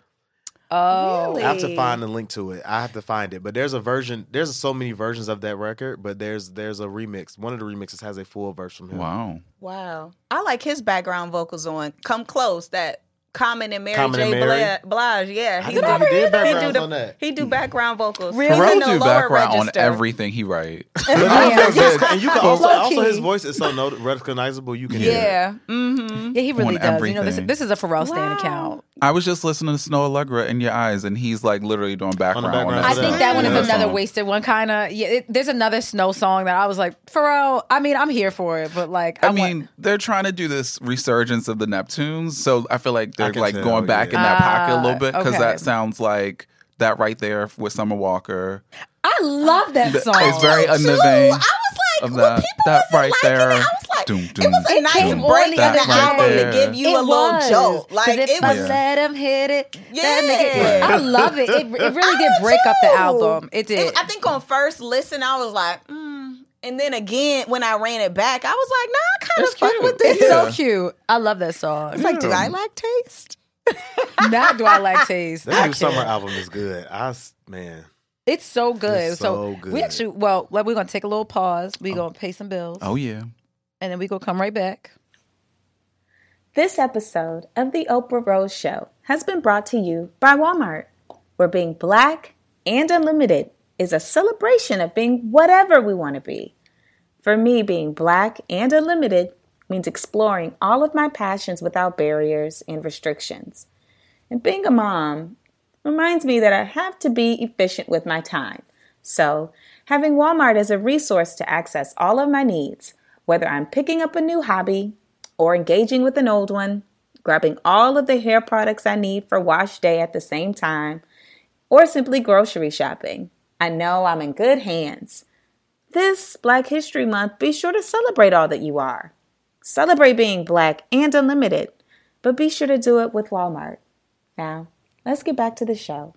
Oh,
Really?
I have to find the link to it. I have to find it. But there's a version. There's so many versions of that record. But there's there's a remix. One of the remixes has a full verse from him.
wow.
Wow. I like his background vocals on Come Close, that Common and Mary
Common
J.
and Mary.
Bla- Blige. Yeah.
I didn't know he did backgrounds on that.
He do background vocals.
Really?
He's in the
Pharrell do
lower
background
register.
on everything he write.
But
Yeah.
also his- and you can also,
Low
also
key.
his voice is so not- recognizable. You can hear. it.
Yeah. Mm-hmm.
yeah, he really
on
does. You know, this,
everything.
this is a Pharrell Stan
Wow.
account.
I was just listening to Snow Allegra in your eyes, and he's like literally doing background. On
background
that
I
for
think
song.
that one
Yeah,
is
that
another
song.
wasted one. Kind of. Yeah, it, there's another snow song that I was like, Pharrell. I mean, I'm here for it, but like, I,
I
want-
mean, they're trying to do this resurgence of the Neptunes, so I feel like
I
they're
can
like
tell,
going back
yeah.
in that pocket a little
Ah,
bit because
okay.
that sounds like that right there with Summer Walker.
I love that
Th-
song.
It's very in the
I
vein.
was like,
of
well,
that-
people
that
wasn't
right
liking
there.
it. I was like,
Doom,
it
doom.
was a
It
nice
came
break
on
in
the
the
right
album
there.
to give you a
It
little
was.
joke.
'Cause
Like
if
it
I
was.
let him hit it.
Yeah.
that nigga, yeah. I love it. It, it really did
I
break up the
do.
album. It did.
I think on first listen, I was like, mm. and then again when I ran it back, I was like, nah, I kind of
It's
fuck
cute.
with
it's
this.
so
Yeah.
cute. I love that song.
It's like, did I like taste?
Now do I like taste?
That
I
new
can't.
summer album is good. I s- man.
It's so good.
It's
so
so
we
good.
actually, well, like, we're gonna take a little pause. We're gonna pay some bills,
Oh yeah,
and then we gonna come right back.
This episode of The Oprah Rose Show has been brought to you by Walmart, where being black and unlimited is a celebration of being whatever we want to be. For me, being black and unlimited means exploring all of my passions without barriers and restrictions. And being a mom reminds me that I have to be efficient with my time. So, having Walmart as a resource to access all of my needs, whether I'm picking up a new hobby or engaging with an old one, grabbing all of the hair products I need for wash day at the same time, or simply grocery shopping, I know I'm in good hands. This Black History Month, be sure to celebrate all that you are. Celebrate being black and unlimited, but be sure to do it with Walmart. Now, let's get back to the show.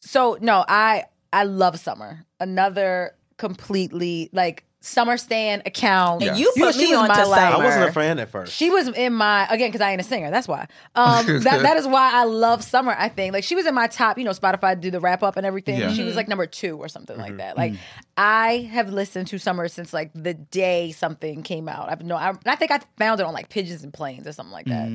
So no, I I love summer. Another completely like summer stand account.
And
you put
know, she
me
was
onto
my, like-
I
Summer.
wasn't a fan at first.
She was in my again because I ain't a singer. That's why. Um, that that is why I love summer. I think like she was in my top. You know, Spotify do the wrap up and everything.
Yeah.
She was like number two or something like that. Like I have listened to summer since like the day something came out. I've no. I, I think I found it on like pigeons and planes or something like that.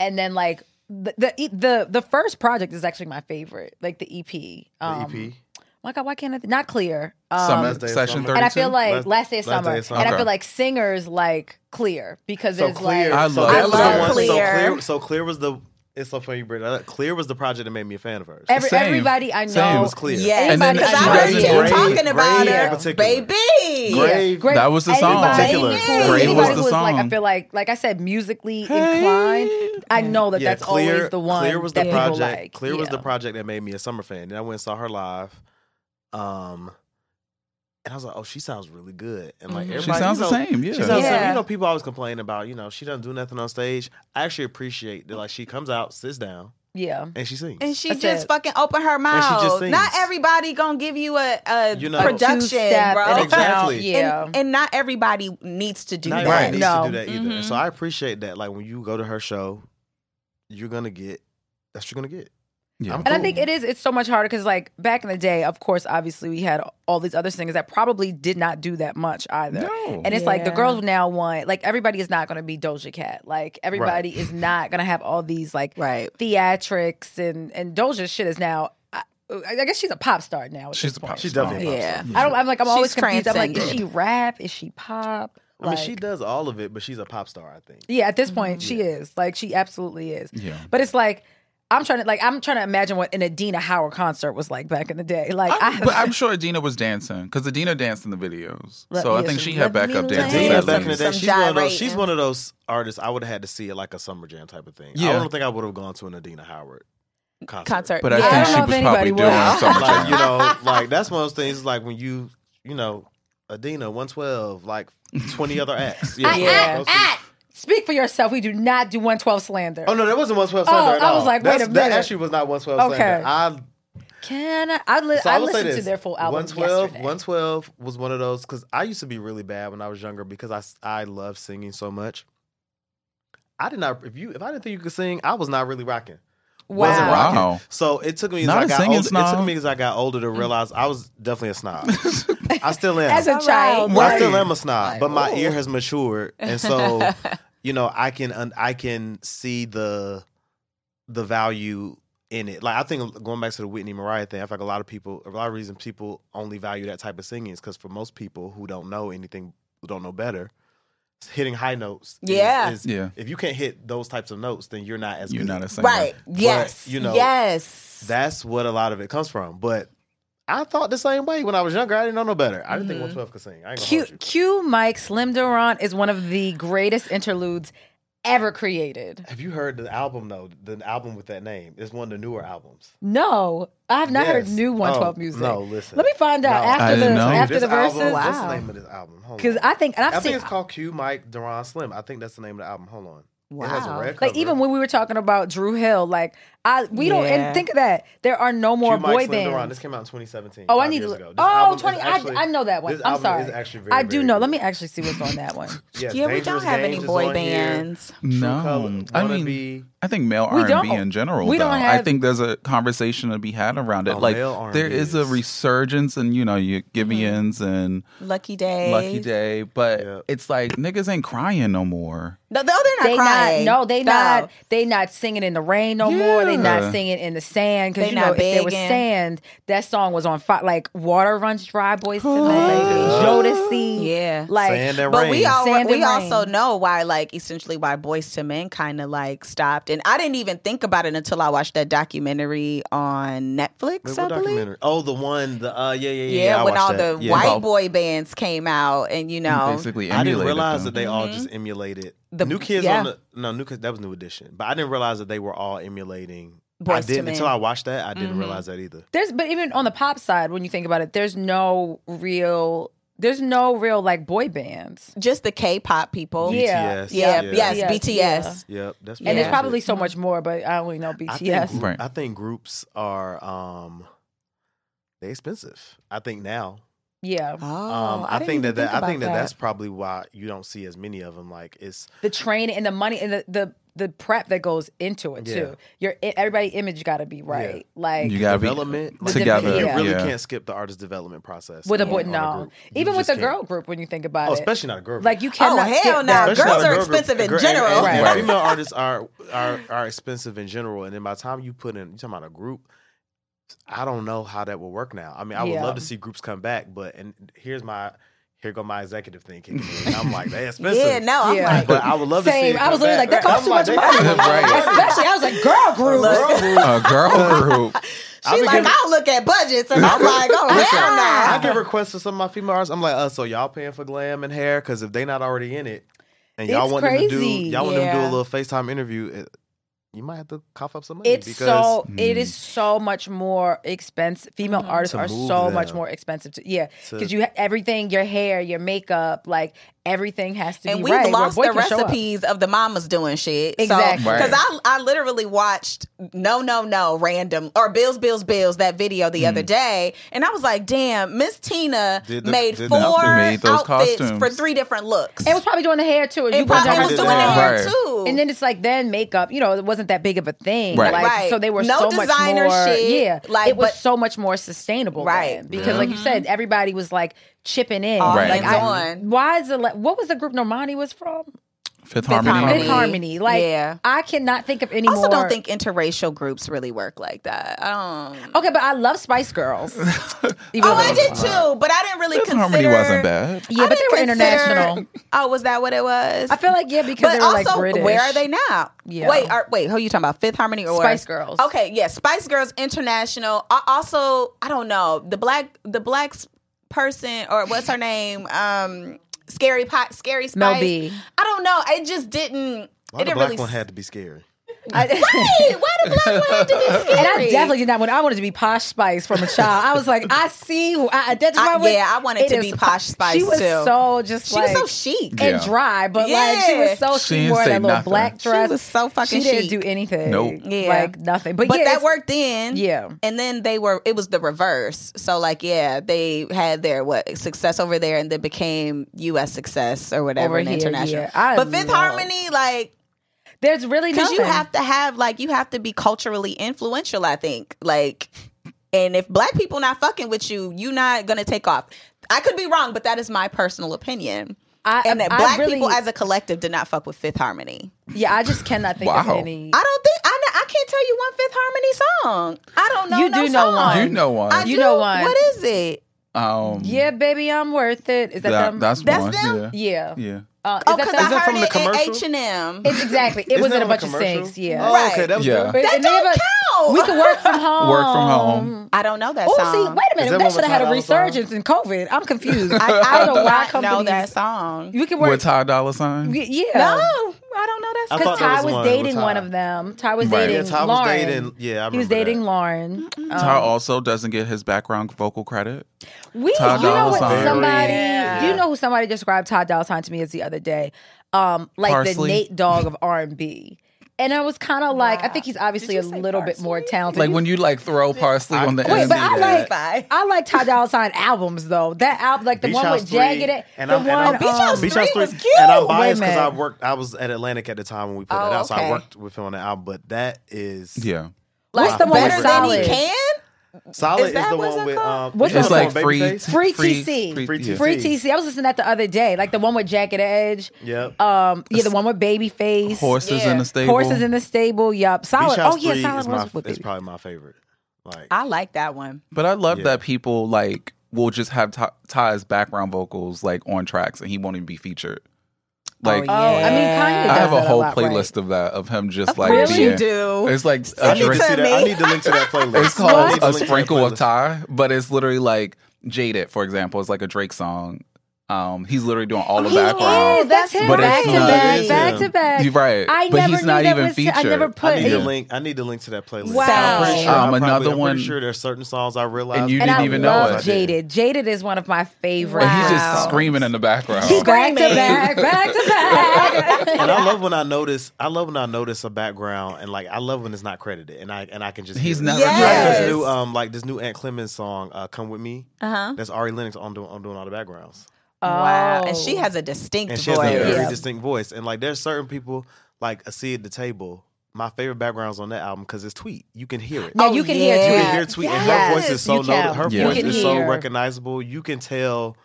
And then like the, the the the first project is actually my favorite. Like the EP. Um,
EP.
My God, why can't I? Th- not clear. Um,
summer
Last Day of
session
E Summer.
thirty-two.
and I feel like last,
Last-
day of
Last Day
summer,
of Summer.
and I
Okay.
feel like singers like clear because
so
it's
clear.
like
I
so
love
that was the
Clear.
one- so
Clear.
clear. So clear was the. It's so funny you bring that up. Clear was the project that made me a fan of hers.
every,
Same.
everybody I know.
Same.
it was clear.
Yes,
And then
because
she
I heard
does
you
it great.
talking about
Great in
her,
particular.
baby.
Great. Grave-
That was the song.
Anybody,
Particular.
who-
Grave
anybody
was
the
who is like I
song.
feel like, like I said, musically inclined. I know that
Yeah,
that's
Clear-
always the one
Clear was
that
the
people
project.
like.
Clear was
Yeah.
the project that made me a summer fan. Then I went and saw her live, um, and I was like, "Oh, she sounds really good." And
Mm-hmm.
like,
She
everybody,
sounds
you
the
know,
same. Yeah.
She sounds the same.
Yeah.
You know, people always complain about you know she doesn't do nothing on stage. I actually appreciate that. Like, she comes out, sits down,
Yeah.
and she sings.
And she
That's
just
it.
fucking opened her
she just
mouth.
sings.
Not everybody gonna give you a, a
You know- A
production,
two-step
bro.
and a
Exactly.
count,
And-
Yeah.
And, and not everybody needs to do that.
Not
Mm-hmm.
everybody
Right.
needs
No.
to do that either. So I appreciate that. Like when you go to her show, you're gonna get that's what you're gonna get.
Yeah.
I'm
And I
cool.
think it is, it's so much harder because, like, back in the day, of course, obviously, we had all these other singers that probably did not do that much either.
No.
And it's like the
Yeah.
girls now want, like, everybody is not going to be Doja Cat. Like, everybody is not going to have all these, like,
Right.
theatrics and, and Doja shit is now, I, I guess she's a pop star now. at
She's
this
a pop
point.
She
star.
definitely a pop
Yeah.
I don't, I'm like, I'm
She's
always confused. I'm like, is
transcended.
she rap? Is she pop?
I mean,
Like-
she does all of it, but she's a pop star. I think.
yeah, at this point, she is. Like, she absolutely is.
Mm-hmm. Yeah.
But it's like, I'm trying to like I'm trying to imagine what an Adina Howard concert was like back in the day. Like I,
I'm, but I'm sure Adina was dancing because Adina danced in the videos,
Let
so I
me-
think she
let
had
me
backup dancers.
Dina,
at
back in the
least.
day,
Some
she's one, of those,
gyrating.
she's one of those artists I would have had to see at like a summer jam type of thing. I
Yeah.
don't think I would have gone to an Adina Howard concert.
Concert.
But I
Yeah, I
think
don't
she
know if
was
anybody
probably
would.
doing something.
like you know, like that's one of those things. Like when you, you know, Adina one twelve, like twenty other acts. Yeah,
I-
yeah.
I- I- speak for yourself. We do not do 112 slander.
Oh no, that wasn't one twelve slander
Oh,
at
I
all.
was like, wait
That's-
a
That
minute.
actually was not one twelve slander.
Okay.
I
Can I? I, li-
So
I
will say
listened to
this.
their full album
112,
yesterday.
112 was one of those because I used to be really bad when I was younger because I s- I love singing so much. I did not if you if I didn't think you could sing, I was not really rocking. Wasn't
Wow.
rocking.
Wow.
So it took me as
Not
I
a
got
singing
older. It
snob.
took me as I got older to realize I was definitely a snob. I still am.
As a child,
I
Right.
still am a snob, but my
Ooh.
ear has matured, and so you know I can un- I can see the the value in it. Like I think going back to the Whitney Mariah thing, I feel like a lot of people, a lot of reasons people only value that type of singing is because for most people who don't know anything, who don't know better, hitting high notes. is-
Yeah.
is-
Yeah.
If you can't hit those types of notes, then you're not as
You're
good.
not a singer,
Right. Yes.
you know,
yes.
That's what a lot of it comes from, but. I thought the same way when I was younger. I didn't know no better. I didn't think 112 could sing. I ain't gonna
Q,
hold you.
Q Mike Slim Duran is one of the greatest interludes ever created.
Have you heard the album though? The album with that name. It's one of the newer albums.
No, I have not heard
Yes.
new 112
Oh,
music.
No, listen.
Let me find out
No.
I
after the
didn't know.
after
This
the verses.
Album, What's
Wow.
the name of this album? Hold
Because
on.
I think, and I've
I
seen,
think it's called Q Mike Duran Slim. I think that's the name of the album. Hold on. It has a
Wow.
red cover.
like even when we were talking about Drew Hill, like I we don't and
Yeah.
think of that there are no more
Q Mike
boy
Slim Duran. This
bands.
came out in 2017.
Oh, I
five
need to.
years
Look.
ago. This album
Oh,
is
20.
actually-
I, I know that one.
This
I'm
album
sorry.
Is actually very,
I do
very
know.
good.
Let me actually see what's on that one.
Yes,
yeah, we
Dangerous
don't have any
Games is
boy
on here.
bands.
True
No,
Colors,
I
Wanna
mean,
Be-
I think male
We
R and B
don't.
in general.
We
though.
don't have-
I think there's a conversation to be had around it.
Oh,
like
male
there is a
R&Bs.
resurgence, and you know, your Gibeons
Mm-hmm.
and
Lucky Day.
Lucky Day, but
Yeah.
it's like niggas ain't crying no more.
No, no, they're not
They
crying.
not no, they
No.
not they not singing in the rain no more. They
Yeah.
not singing in the sand because
They
you know
not
if there was
begging.
sand, that song was on fire. Like water runs dry, boys tonight. Jodeci,
Yeah.
like
Sand and
But we
Rain.
all
Sand
we
and
also
rain.
know why like essentially why Boys to Men kind of like stopped, and I didn't even think about it until I watched that documentary on Netflix.
Wait,
I
what
believe.
documentary? Oh, the one. The uh, yeah, yeah, yeah.
Yeah,
yeah I
when
watched
all
that.
the
Yeah.
white
Well,
boy bands came out, and you know,
Basically,
I
emulated
didn't realize
them.
that they all just
Mm-hmm.
emulated
The-
new kids
yeah.
on the no new kids. That was New Edition, but I didn't realize that they were all emulating. I
Boyz II
didn't
Men.
until I watched that. I didn't
Mm-hmm.
realize that either.
There's, but even on the pop side, when you think about it, there's no real, there's no real like boy bands,
just the K-pop people.
Yeah.
BTS,
Yeah, yes,
Yeah.
BTS.
Yep, that's
and there's
pretty much
probably
it.
so much more, but I only know
I
BTS.
think, grou-
Right.
I think groups are um they expensive. I think now.
yeah,
Oh,
um I,
didn't
think
even
that, that I
about
think that, that's probably why you don't see as many of them like it's
the training and the money and the the, the prep that goes into it
Yeah.
too. Your everybody image got to be right, like
You gotta be
development
The
together.
You
development,
really
yeah.
can't skip the artist development process.
with a
on-
boy.
on
No,
group. You
even with
just
a
can't.
girl group when you think about
Oh,
it,
especially not a girl.
like
group.
you
Oh
cannot. skip that.
hell no!
Especially
Girls
not a
are
girl group.
expensive in
Girl- and-
general.
and- and
Right.
Female artists are are are expensive in general, and then by the time you put in, you talking about a group. I don't know how that will work now. I mean, I would
Yeah.
love to see groups come back, but and here's my here go my executive thing kicking in. I'm like they expensive.
Yeah, no, I'm
Yeah.
like,
but I would love to see.
Same.
it
I was
come
literally like,
back.
that costs
I'm
too
like,
much
they-
money. Especially, I was like, girl group.
Girl group.
a girl group.
I
She
be
like,
getting-
I'll look at budgets, and I'm like, oh
Listen,
hell
I
no!
get requests for some of my female artists. I'm like, uh, so y'all paying for glam and hair? Because if they not already in it, and y'all
It's
want them to do,
crazy.
y'all want them to do
Yeah.
a little FaceTime interview, it, you might have to cough up some money.
It's
because Mm. Mm-hmm.
so it is so much more expensive. Female artists
To
are
move
so much
them.
more expensive. To, yeah,
To-
because you ha- everything your hair, your makeup, like everything has to
and
be
we've
right. where
lost
boy
the
can show up.
recipes of the mamas doing shit.
Exactly.
Right.
Because I, I literally watched No, No, No, random, or Bills, Bills, Bills, that video the
Mm.
other day. And I was like, damn, Miss Tina
Did the-
made
did the
four
outfit- made those
outfits
costumes.
for three different looks.
It was probably doing the hair too. as
It
you
probably
put
was
down-
doing
Right.
the hair
Right.
too.
And then it's like then makeup, you know, it wasn't that big of a thing.
Right.
Like,
Right.
So they were
No
so much
designer
more,
shit.
yeah.
Like,
it was
but-
so much more sustainable,
Right.
then. Because like you
Mm-hmm.
said, everybody was like chipping in.
All
Right.
Like,
hands
I-
on.
Why is it? Like, what was the group Normani was from?
Fifth, Harmony.
Harmony.
Mid Harmony. Like
Yeah.
I cannot think of any.
I also
more-
don't think interracial groups really work like that. I don't.
Okay, but I love Spice Girls. Even
Oh,
though
I
those-
did too, but I didn't really
Fifth
consider.
Harmony wasn't bad.
Yeah, but
I
they
didn't
were
consider-
international.
Oh, was that what it was?
I feel like yeah because
But
they were
also,
like British.
where are they now?
Yeah.
Wait, are, wait, who are you talking about? Fifth Harmony or
Spice Girls.
Okay, yeah, Spice Girls International. I, also, I don't know the black the black s- person or what's her name? Um, scary pot, scary Spice.
Mel B.
I don't know. It just didn't.
Why
it
the
didn't
black
really.
one
s-
had to be scary?
Hey, why the black one had to be scary?
And I definitely did not want. I wanted to be posh Spice from a child. I was like, I see who I identify
I-
with.
yeah, I wanted
It
to
is-
be Posh Spice
She was
too.
so just
She
like
was so chic.
Yeah.
and dry, but like she
Yeah.
was so
She
she,
didn't
wore
say
that little
nothing.
black
She
dress.
was so fucking
She didn't do
chic.
anything.
Nope.
Yeah.
like nothing. But,
But
yeah,
that
it's-
worked then.
Yeah.
And then they were it was the reverse. So like yeah, they had their what success over there and then became US success or whatever
Over
and
here,
international.
yeah. I
But Fifth
love-
Harmony like
There's really
cuz
nothing.
you have to have like you have to be culturally influential, I think. Like and if black people not fucking with you, you not going to take off. I could be wrong, but that is my personal opinion.
I,
and that
I
black
really-
people as a collective did not fuck with Fifth Harmony.
yeah, I just cannot think of
Wow.
any.
I don't think I, kn- I can't tell you one Fifth Harmony song. I don't know.
You
no
do know
song.
one.
You know one.
I
You
do.
know one.
What is it?
um,
yeah, baby, I'm worth it. Is that,
that-
them?
that's,
That's
one.
them?
Yeah.
yeah.
yeah.
Uh, is
Oh,
that
because
them?
I heard
from the
it at
commercial?
H and M.
It's exactly. It
Isn't
was
that
in a
on the
bunch of
commercial?
things. Yeah.
Oh,
Right.
okay, that was
Yeah.
good.
But-
That
and they
don't
have a-
count.
We can work from home.
Work from home.
I don't know that
Oh, see, wait a
song.
Is
minute.
that
That
one
should have had a
with Ty Dolla
resurgence in COVID. I'm confused.
I, I,
don't know why
don't know
companies.
that song.
You can work.
With Ty Dolla Sign.
Y- yeah.
no, I don't know that
I
song.
thought
Because
there
Ty
was
was,
one with
dating
Ty.
one of them. Ty was
Right.
dating
Yeah, Ty was
Lauren.
dating- yeah, I
he was
remember
dating
that.
Lauren.
Ty
Um,
also doesn't get his background vocal credit.
We,
Ty
you know
Dolla
what
Sign.
somebody,
Yeah.
you know who somebody described Todd Dolla Sign to me as the other day, um, like the
Parsley?
Nate Dogg of R and B, and I was kind of like, I think he's obviously a little bit more talented.
Like when you like throw parsley on the
Wait,
end.
but I
Yeah.
like I like Ty Dolla Sign albums though. That album, like the
Beach
one
House
with
Three,
Jagged, it,
and
the
I'm- and I'm-
one.
Oh, Beach
um,
Beach House
Three was cute.
And I'm
Wait a
biased because I
minute.
worked. I was at Atlantic at the time when we put
Oh,
that out, so
okay.
I worked with him on the album. But that is
yeah.
What's the one with
better than he
Solid?
can.
solid.
Is
Is,
that
the
what's
one
it
with
called?
um,
What's
It's
that
like
called?
free,
Free TC.
free-
Free
yeah.
TC.
Free TC. I was listening to that the other day, like the one with Jagged Edge.
Yep.
Um, yeah, the one with Babyface.
Horses
Yeah.
in the stable.
Horses in the stable. Yup. Solid.
Beach House
Oh yeah,
Three
Solid
is,
was
my,
with
is
Baby-
probably my favorite. Like
I like that one.
But I love
Yeah.
that people like will just have Ty- Ty's background vocals like on tracks, and he won't even be featured. Like
Oh, I mean, Kanye.
I
does
have a
that
whole
lot, right?
playlist of that of him just
Of
like
course
being,
you do.
It's like
I need, to
address-
see that, I need to link to that playlist.
it's
I
called
need to
a
link to that
sprinkle of
playlist.
Ty, but it's literally like Jaded, for example, is like a Drake song. Um, he's literally doing all the
Oh, He
background.
is. That's him.
But
back
it's
to
not-
back,
It
back
is
to
him.
back.
You're right.
I
But
never
he's
knew
not
that
even
was- I never
featured.
put.
I need to
Yeah.
link. I need to link to that playlist.
Wow.
I'm pretty sure.
Um,
I probably-
another
I'm
one-
pretty sure there's certain songs I realized.
And you
And
didn't
I
even know
love
it.
Jaded. Jaded is one of my favorites.
And he's just
Wow.
screaming in the background.
back to back, back to back.
And I love when I notice. I love when I notice a background, and like I love when it's not credited, and I and I can just.
He's
hear it.
never
Yes.
Like
credited.
this new um like this new Aunt Clemens song, uh, "Come with Me." Uh-huh. That's Ari Lennox on doing, on doing all the backgrounds,
Wow, and
Oh.
she has a distinct
and she
voice.
has a very
Yeah.
distinct voice. And like there's certain people like a seat at the table. My favorite backgrounds on that album because it's Tweet. You can hear it.
Yeah,
Oh,
you can
yeah.
You
hear
can
Tweet.
hear Tweet, and
Yes,
her voice is so
you can.
noted. Her
You
voice
can
is so
hear.
recognizable. You can tell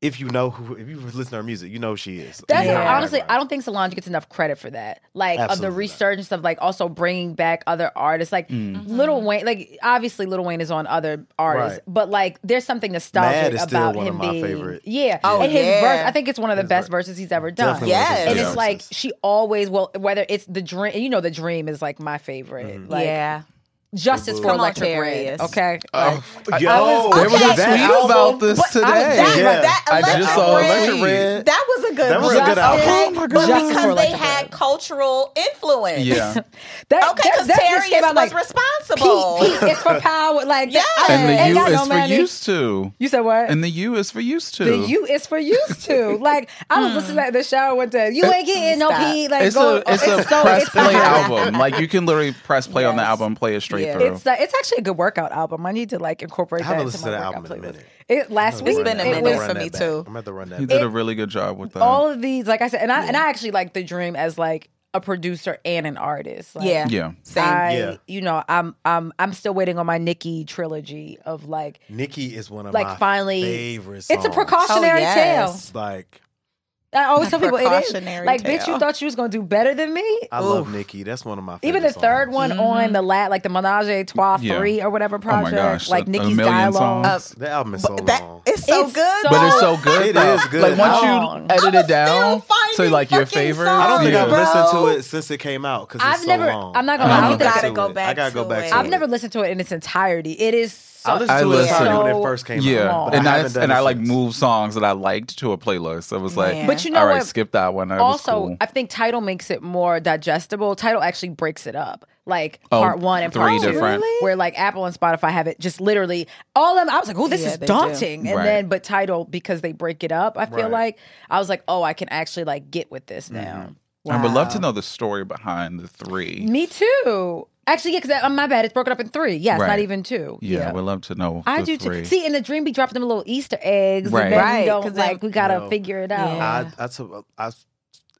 if you know who, if you listen to her music, you know who she is.
That's
You know her
honestly,
background.
I don't think Solange gets enough credit for that. Like of the
Absolutely not.
resurgence of like also bringing back other artists, like
Mm.
Little Wayne. Like obviously, Little Wayne is on other artists,
Mm-hmm. Right.
but like there's something nostalgic
Mad is still
about
one of
him
my
being.
favorite.
Yeah,
Oh,
and his
yeah.
verse. I think it's one of the best verses he's ever done.
Definitely one
Yes.
of his best
and
Yeah.
it's like
verses.
she always will. Whether it's the dream, you know, the dream is like my favorite.
Mm-hmm.
Like
yeah.
Justice for
Come on,
Electric Red.
Darius.
Okay,
Oh, I-
Yo,
I was- there was a
that
tweet
album-
about this
But I was
today.
that,
Yeah.
that
I just
Electric
saw
Red-
Electric Red.
That was a good.
That was a good
okay?
album.
Oh my God.
But
Justice for
because they
Electric
had cultural influence.
Yeah.
That,
Okay, because Terry is, was responsible.
Pete, Pete is for power. Like,
Yes.
that,
And the
ain't
U
got
is
no
for
money.
used to.
You said what?
And the U is for used to.
the U is for used to. Like I
Hmm.
was listening to the shower one day. You ain't getting no
Stop.
pee. Like
it's
go,
a it's a
so
press play
exciting.
album. Like you can literally press play on the album, play it straight through.
It's uh, it's actually a good workout album. I need to like incorporate
I
that
haven't
into
listened
my
to that
workout
album in a
playlist.
minute.
It last week
It's been a
it
minute
was
for me, too.
I'm at the run
he
that.
did
Back.
a really good job with that.
all of these. Like I said, and I and I actually like the dream as like a producer and an artist. Like,
Yeah.
yeah. Oh
Same.
I,
Yeah.
you know, I'm I'm I'm still waiting on my Nikki trilogy of like
Nikki is one of
Like,
my
finally-
favorite. Songs.
it's a precautionary
Oh, yes.
tale.
Like
I always tell people it is
Precautionary
like, bitch, you
tale.
thought you was gonna do better than me.
I love Nikki. That's one of my favorite
Even the
songs.
third one
Mm-hmm.
on the lat, like the Menage a Trois
Yeah.
Three or whatever
Oh
project,
my gosh.
like
a, a
Nikki's
million
dialogue.
songs.
That album is so
that
long.
it's so
It's
good.
so-
but it's so good.
It
though.
is good.
Like once
Long.
you edit
I'm
it down
still
to like
finding fucking
your favorite.
songs,
I don't think
Yeah.
I've listened to it since it came out because
I've
it's so
never-
long.
I'm not gonna
lie, I
I
don't
gotta
think-
back
Gotta
to
go
it.
back
I gotta go
to
back
it.
to
I've
it.
never listened to it in its entirety. It is so
I listened
I
to it
listened-
started when
so-
it first came
Yeah,
out. but
and
I
I,
haven't done
and
it
I like
since.
move songs that I liked to a playlist. It was like,
Yeah.
But you know
all right,
what?
skip that one. That was
also,
cool.
I think title makes it more digestible. Title actually breaks it up, like
Oh,
part one and part
three
two,
different- Really?
where like Apple and Spotify have it just literally all of them. I was like, oh, this
Yeah,
is
they do.
daunting, and
Right.
then but title because they break it up. I feel
Right.
like I was like, oh, I can actually like get with this now.
I would love to know the story behind the three.
Me too. Actually, yeah, because my bad. It's broken up in three. Yeah, it's not
Right.
even two.
yeah, I would love to know.
I
the
do too.
three.
See, in the dream, we dropped them little Easter eggs,
Right.
and then
Right,
we
'cause
don't
then-
like we gotta
No.
figure it out.
Yeah.
I, I, took- I,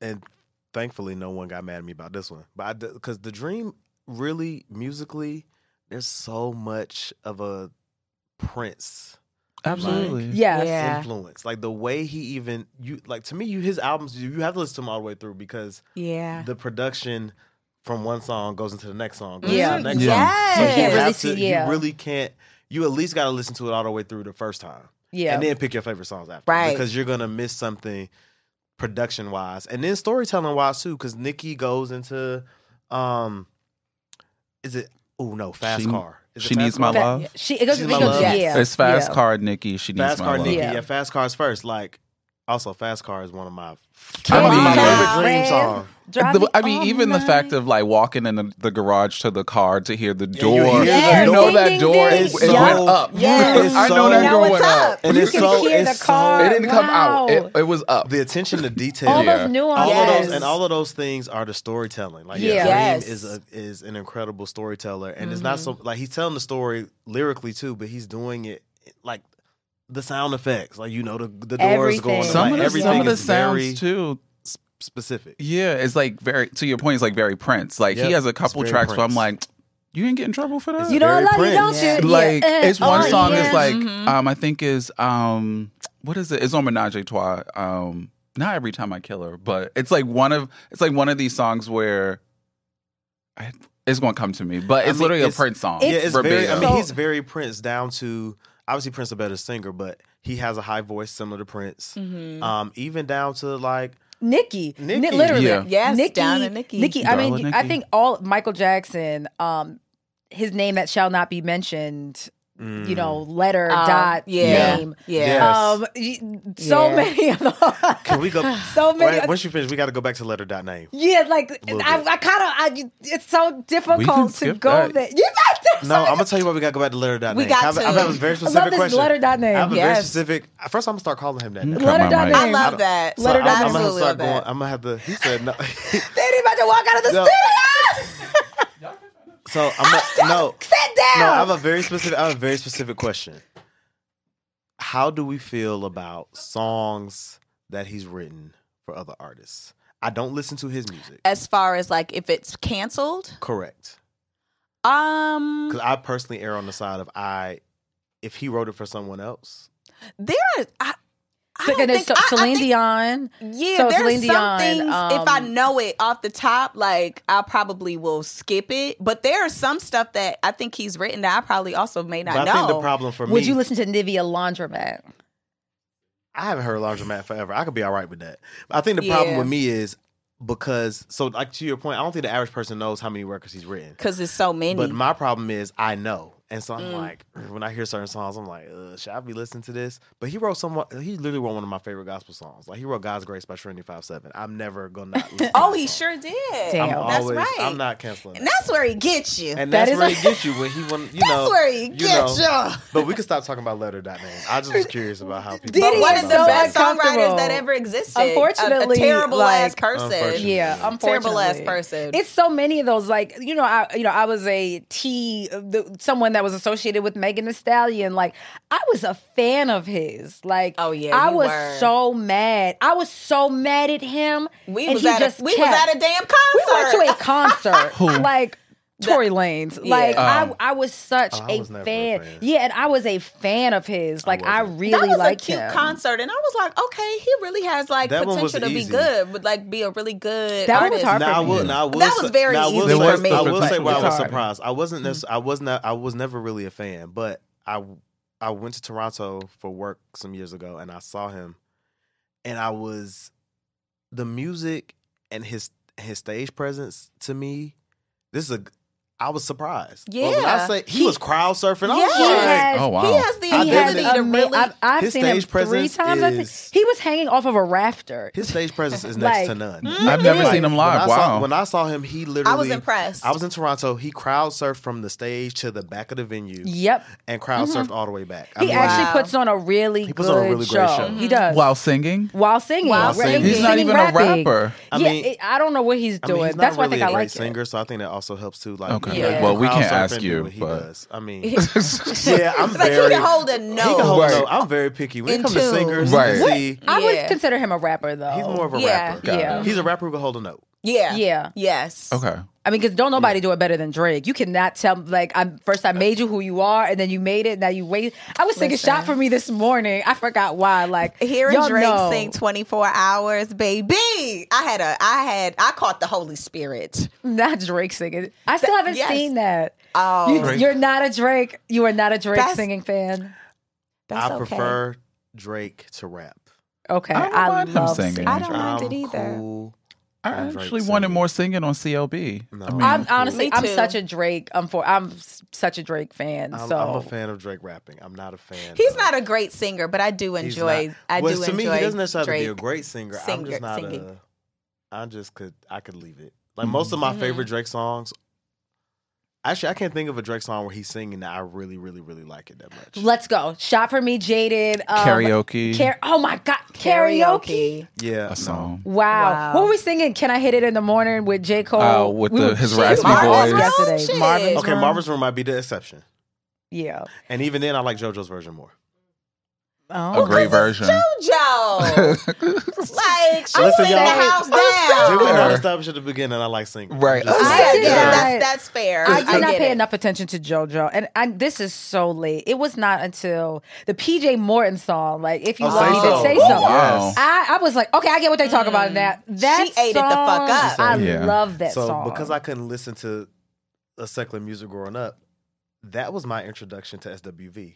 and thankfully no one got mad at me about this one, but I because the dream really musically, there's so much of a Prince
Absolutely.
Yes.
Yeah.
influence, like the way he even you like to me, you his albums you, you have to listen to them all the way through because
Yeah.
the production from one song goes into the next song, goes
Yeah.
into the next
Yeah.
song.
You can't
have
really
to-
see-
you
yeah.
really can't. You at least got to listen to it all the way through the first time.
Yeah.
and then pick your favorite songs after,
Right.
Because you're gonna miss something production wise, and then storytelling wise too. Because Nikki goes into, um, is it? Oh no, fast
She-
car. Is it
she
Fast
needs my
Car?
love.
She it goes,
She's
it
my
goes
love.
yeah.
It's fast
yeah.
car Nikki. She needs
Fast
my
car,
love.
Nikki.
Yeah.
Yeah. fast cars first. Like, also fast car is one of my
I
one of my
mean-
favorite dream
Red.
songs.
Drive
The-
me
I mean,
all
even the
night.
fact of like walking in the, the garage to the car to hear the door,
you hear
you,
the
know
door.
that
Ding, ding,
door
ding.
is,
It's
it went
so-
up.
Yes.
I
It's
know that door
so-
Now
went
it's
up.
You
And it's
can
so
hear the
it's
car.
so
It didn't come
Wow.
out. It, it was up.
the attention to detail.
All
Yeah.
those nuances.
all
Yes.
of those and all of those things are the storytelling. Like
Yeah.
Dream
Yes.
is a, is an incredible storyteller, and it's not
Mm-hmm.
so like he's telling the story lyrically too, but he's doing it like the sound effects, like you know the the doors
Everything.
going.
some
like,
of the,
everything
some of the
is very
sounds too.
specific.
Yeah, it's like very. To your point, it's like very Prince. Like
Yep,
he has a
it's
couple
very
tracks where I'm
Prince.
like, you didn't get in trouble for that.
You don't
Very
love it,
Prince.
don't
Yeah.
you?
like
Yeah.
it's one
Oh,
song
yeah.
is like um I think is um what is it? It's on Menage a Trois. Um not every time I kill her, but it's like one of it's like one of these songs where I, it's gonna come to me. But
I
it's
mean,
literally
it's-
a Prince song.
yeah, it's very. I
verbatim.
mean,
So-
he's very Prince down to obviously Prince is a better singer, but he has a high voice similar to Prince.
Mm-hmm.
Mm-hmm.
Um, even down to like
Nikki.
Nikki.
Ni- literally.
Yeah.
Yes, down to Nikki.
Nikki. I mean,
Darling
I
Nikki.
think all Michael Jackson, um, his name that shall not be mentioned,
mm,
you know, letter,
Oh,
dot,
yeah.
name.
Yeah.
Yes.
Um, y- so
Yeah.
many of them.
can we go?
So many-
Wait, Once you finish, we got to go back to letter dot name.
Yeah, like
Little
I,
bit.
I kind of, I, it's so difficult to
skip
go
that.
there. You got this.
No, I'm gonna tell you why we gotta go back to letter dot
We
name.
got
I have,
to.
I have a very specific
this
question.
letter dot name.
I have a very
Yes.
specific. uh, First, I'm gonna start calling him that. Now.
Cut
Letter
my
dot
mic.
name.
I love that.
So
Letter
I'm,
dot
I'm
name.
gonna
Absolutely love
start going.
that.
I'm gonna have to. He said no.
They ain't about to walk out of the
No.
studio.
so I'm gonna,
Ah,
no.
Sit down.
No, I have a very specific. I have a very specific question. How do we feel about songs that he's written for other artists? I don't listen to his music.
As far as like if it's canceled,
Correct.
um,
Because I personally err on the side of I. If he wrote it for someone else,
there are. I, I
So,
don't
and there's
think,
so-
I- I
Celine
think-
Dion.
Yeah,
so
there's
Celine
some
Dion,
things. if I
um,
know it off the top, like I probably will skip it. But there are some stuff that I think he's written that I probably also may
But
not
I,
know.
think the problem for
Would
me.
you listen to Nivea Laundromat?
I haven't heard Laundromat forever. I could be all right with that. I think the problem
Yeah.
with me is because so like to your point, I don't think the average person knows how many records he's written.
because it's so many.
But my problem is I know. And so I'm
Mm.
like, when I hear certain songs, I'm like, Ugh, should I be listening to this? But he wrote some. He literally wrote one of my favorite gospel songs. Like he wrote "God's Grace" by Trinity Five Seven. I'm never gonna. Not listen to
Oh,
that
he
song.
sure did.
I'm
Damn.
That's
always,
right.
I'm not canceling.
And
that.
that's where he gets you.
And
That
that's
is
where
a-
he gets you when he want. You
that's
know,
where he
you
gets
know.
you.
But we could stop talking about letter dot name. I just was curious about how people.
Diddy
But
feel
one
is
of the
about
so
that.
best songwriters that
uncomfortable.
ever existed. A-
Unfortunately,
a, terrible
like-
ass person.
Unfortunately.
Yeah,
Terrible
unfortunately.
ass person.
It's so many of those. Like you know, I you know, I was a T, the, someone that was associated with Megan Thee Stallion. Like I was a fan of his. Like
Oh, yeah,
I
you
was
were.
so mad. I was so mad at him.
We
and
was
he
at
just
a, we
kept-
was at a damn
we
concert.
went to a concert. like Tory Lanez. Like
Um,
I, I was such
oh, I
a,
was never
fan.
a fan.
Yeah, and I was a fan of his. Like I,
wasn't.
really
that was
liked
a cute
him.
concert, and I was like, okay, he really has like
That one was
potential to be
easy.
good, would like be a really good
That one was
artist.
hard
Now I
for me.
will. Now I will
That
say-
was very
now I
easy
will
for
say,
me. Mm-hmm.
I will say
Potential
why I
was
was
hard.
surprised. I wasn't. Nec- I was not. I was never really a fan, but I I went to Toronto for work some years ago, and I saw him, and I was the music and his his stage presence to me. This is a. I was surprised. Well, when
Yeah.
I say he, was crowd surfing, I was
Yeah.
He
like,
has,
Oh wow.
He has the
I
he
did
has
ability
think-
a
to
ama-
really.
I've, I've
His
seen him
stage
three
presence
times. I think
is-
he was hanging off of a rafter.
His stage presence is next to
Like,
none.
I've never seen him
When I
live.
saw,
Wow.
when I saw him, he literally.
mm. I was impressed.
I was in Toronto. He crowd surfed from the stage to the back of the venue.
Yep.
And crowd
Mm-hmm.
surfed all the way back. I
He
mean,
actually
Wow.
puts on a really
He
good
puts on a really
show.
great show.
He does.
While singing.
While singing.
While
Right?
singing.
He's not
Singing,
even a
rapping.
rapper.
I
yeah,
mean-
it- I don't know what he's
I
doing.
mean, he's not
That's why I
really
think I
a great
like it.
singer, so I think that also helps too. Like,
Okay.
you
Yeah.
know,
Well, we
crowd
can't ask
surfing
you,
do what he
but-
does. I mean,
yeah.
yeah, I'm
It's like
very.
he can hold a
he can hold
note.
no. I'm very picky when
In
it comes to
tune.
singers.
Right.
you can See,
I
Yeah.
would consider him a rapper though.
he's more of a
Yeah.
rapper.
Got
Yeah.
it.
He's a rapper who can hold a note.
Yeah.
Yeah.
Yes.
Okay.
I mean, because don't nobody do it better than Drake. You cannot tell. Like, I first I made you who you are, and then you made it. Now you wait. I was singing
Listen.
"Shot for Me" this morning. I forgot why. Like
Hearing
y'all
Drake
know.
sing 24 hours, baby. I had a I had I caught the Holy Spirit.
not Drake singing. I still haven't
yes.
seen that.
Oh.
You, you're not a Drake. You are not a Drake
That's-
singing fan.
That's
I
okay.
prefer Drake to rap.
Okay,
I don't
I,
mind him
love
singing.
singing.
I don't mind it
I'm
either.
cool.
I
And Drake
actually wanted
singing.
more singing on CLB.
No.
I mean,
I'm uh,
cool.
honestly,
Me
I'm
too.
such a Drake. I'm for. I'm s- such a Drake fan.
I'm,
so
I'm a fan of Drake rapping. I'm not a fan.
He's
of-
not a great singer, but I do
he's
enjoy
not-
I
well,
do
to
enjoy
me, he doesn't necessarily
Drake.
be a great singer. I'm
singer-
just not
singing.
a. I just could. I could leave it. Like most of my favorite Drake songs. Actually, I can't think of a Drake song where he's singing that I really, really, really like it that much.
Let's go. Shot for me, jaded. Um,
karaoke.
Car- oh my god, karaoke.
yeah,
a song.
Wow.
Wow.
What were we singing? Can I hit it in the morning with J. Cole?
Oh, with
we
the-
were
his
shit
raspy
Marvin's
voice.
yesterday.
oh, Shit.
Marvin's
No. Okay,
Room.
Marvin's Room might be the exception,
Yeah.
and even then, I like JoJo's version more.
Oh,
A great version.
JoJo. like she
Listen,
sing the
y'all-
house
They
down.
were not
Sure.
established at the beginning. I like singing.
Right.
Just-
I
Oh, Yeah,
did
yeah,
not-
that's that's fair.
I did not
get
pay
it.
enough attention to JoJo, and I, this is so late. It was not until the P.J. Morton song, like if you
Oh,
love
Say
me, then
So.
say
Oh,
so.
wow.
I, I was like, okay, I get what they talk about in that. That
Mm. She ate it the fuck
song,
up.
I
Yeah.
love that
so
song
because I couldn't listen to a secular music growing up, that was my introduction to SWV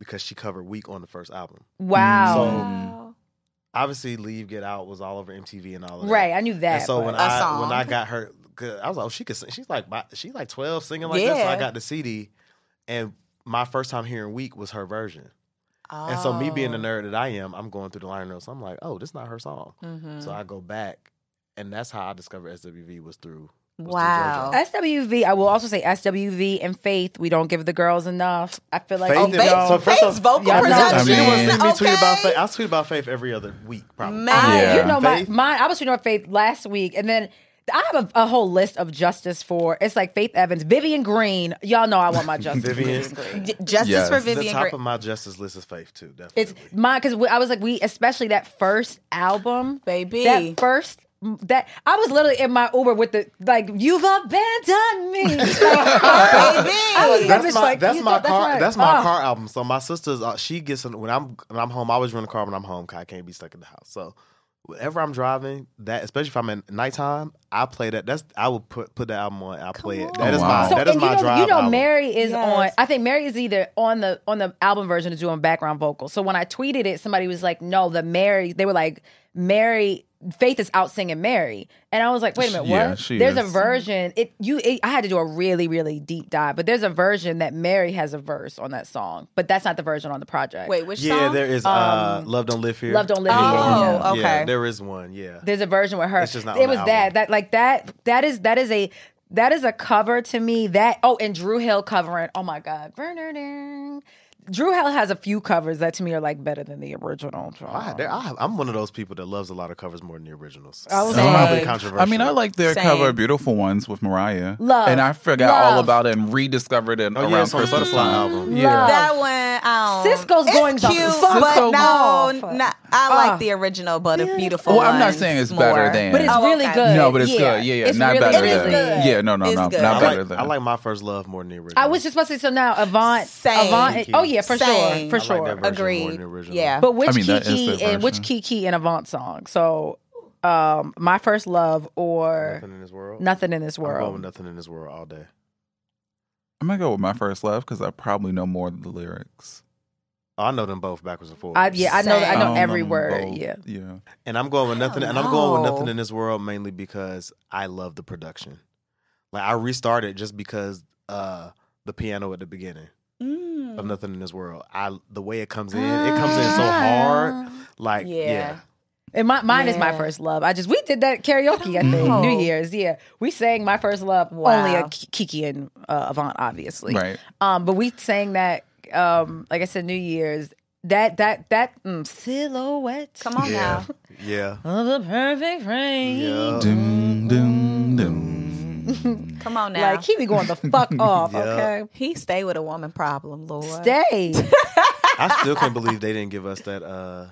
because she covered "Week" on the first album. Mm.
wow,
Um,
Wow.
Obviously, "Leave Get Out" was all over MTV and all of that.
right? I knew that.
And so when
but-
I
song.
when I got her, 'cause I was like, oh, she could sing. She's like, my- she's like twelve singing like this. So
Yeah.
I got the CD, and my first time hearing "Week" was her version. And so me
Oh.
Oh.
being the nerd that I am, I'm going through the liner notes. I'm like, oh, this not her song.
Mm-hmm.
So
Mm.
I go back, and that's how I discovered SWV was through. was through
Wow.
JoJo.
SWV, I will also say SWV and Faith. We don't give the girls enough. I feel like
Faith
oh,
and-
Faith-
so first
Faith's
off-
vocal
Yeah, I know.
I
production.
You
mean-
want to see me tweet about
okay?
Faith? I tweet about Faith every other week, probably.
Man.
Yeah.
You know, my,
Faith.
my I was tweeting about Faith last week, and then I have a, a whole list of justice for it's like Faith Evans, Vivian Green. Y'all know I want my justice. for
Vivian.
Vivian Green.
J- Justice
Yes.
for
The
The
Vivian
top
Grey.
of my justice list is Faith too. Definitely.
It's mine because I was like, we especially that first album,
Baby.
That first. That I was literally in my Uber with the like you've abandoned me. I was
Baby.
like,
that's
it's
my
like,
that's
you
my
thought
car
right.
that's my
Oh.
car album. So my sister's uh, she gets in, when I'm when I'm home. I always rent a car when I'm home. 'cause I can't be stuck in the house. So whenever I'm driving, that especially if I'm in nighttime, I play that. That's I will put put that album on. I will play it. That
on.
is
Oh,
my
wow.
So,
that is
and
my
you know,
drive.
you know
album.
Mary is
Yes.
on. I think Mary is either on the on the album version or doing background vocals. So when I tweeted it, somebody was like, "No, the Mary." They were like, Mary Faith is out singing Mary, and I was like, wait a minute, what?
Yeah, she
there's a
is.
version. It you it, I had to do a really really deep dive, but there's a version that Mary has a verse on that song, but that's not the version on the project.
Wait, which
yeah,
song?
there is uh, Love Don't Live Here.
Love Don't Live Here.
Oh,
Yeah,
okay.
there is one, yeah.
There's a version with her.
It's just not
it
on the
was
album.
that that like that that is that is a that is a cover to me. That oh, and Drew Hill covering. Oh my God, Drew Hill has a few covers that to me are like better than the original.
Oh, I, there, I, I'm one of those people that loves a lot of covers more than the originals.
I was
It's probably
like-
controversial.
I mean, I like their
Same.
cover "Beautiful Ones" with Mariah.
Love,
and I forgot all
love.
about it and rediscovered it
Oh, yeah,
around
it's on the
Christmas
Butterfly
time.
album.
Yeah,
That one, I don't.
Cisco's
it's
going the
cute,
fuck
but
off.
no, not, I like
Ah.
the original, but the beautiful.
Well, I'm not
ones
saying it's
more.
better than,
but it's
Oh,
really
okay.
good.
no, but it's
Yeah.
good. Yeah, yeah,
It's
not
really,
better
really
than.
good.
Yeah, no, no,
It's
no,
good.
not
I
better
like,
than.
I like my first love more than the original.
I was just about to say so now. Avant,
Same.
Avant. Oh yeah, for
Same.
sure,
I
for
like
sure.
that version more than
Agreed.
the original.
Yeah.
But which
I mean, that is
Kiki
the
and which
version.
Kiki and Avant song? So, um, my first love or
nothing in this world.
nothing in this
I'm going
world.
with nothing in this world all day.
I'm gonna go with my first love because I probably know more of the lyrics.
Oh, I know them both backwards and forwards.
I, yeah, I know. I know
Um,
every
um,
word.
both.
Yeah.
yeah.
And I'm going with nothing.
don't
And I'm going with
know.
nothing in this world mainly because I love the production. Like I restarted just because uh the piano at the beginning
Mm.
of nothing in this world. I the way it comes in, it comes in so
Ah.
hard. Like
Yeah.
yeah,
And my, mine is my
Yeah.
first love. I just we did that karaoke. I think
know.
New Year's. Yeah, we sang my first love.
Wow.
Only a Ki- Kiki and uh, Avant, obviously.
Right.
Um, but we sang that. Um, like I said, New Year's. That that that mm, silhouette
Come on
yeah,
now.
yeah.
of the perfect frame.
yeah.
Dum, dum, dum.
Come on now.
Like he be going the fuck off.
Yeah.
Okay,
he stay with a woman problem, Lord.
stay.
I still can't believe they didn't give us that uh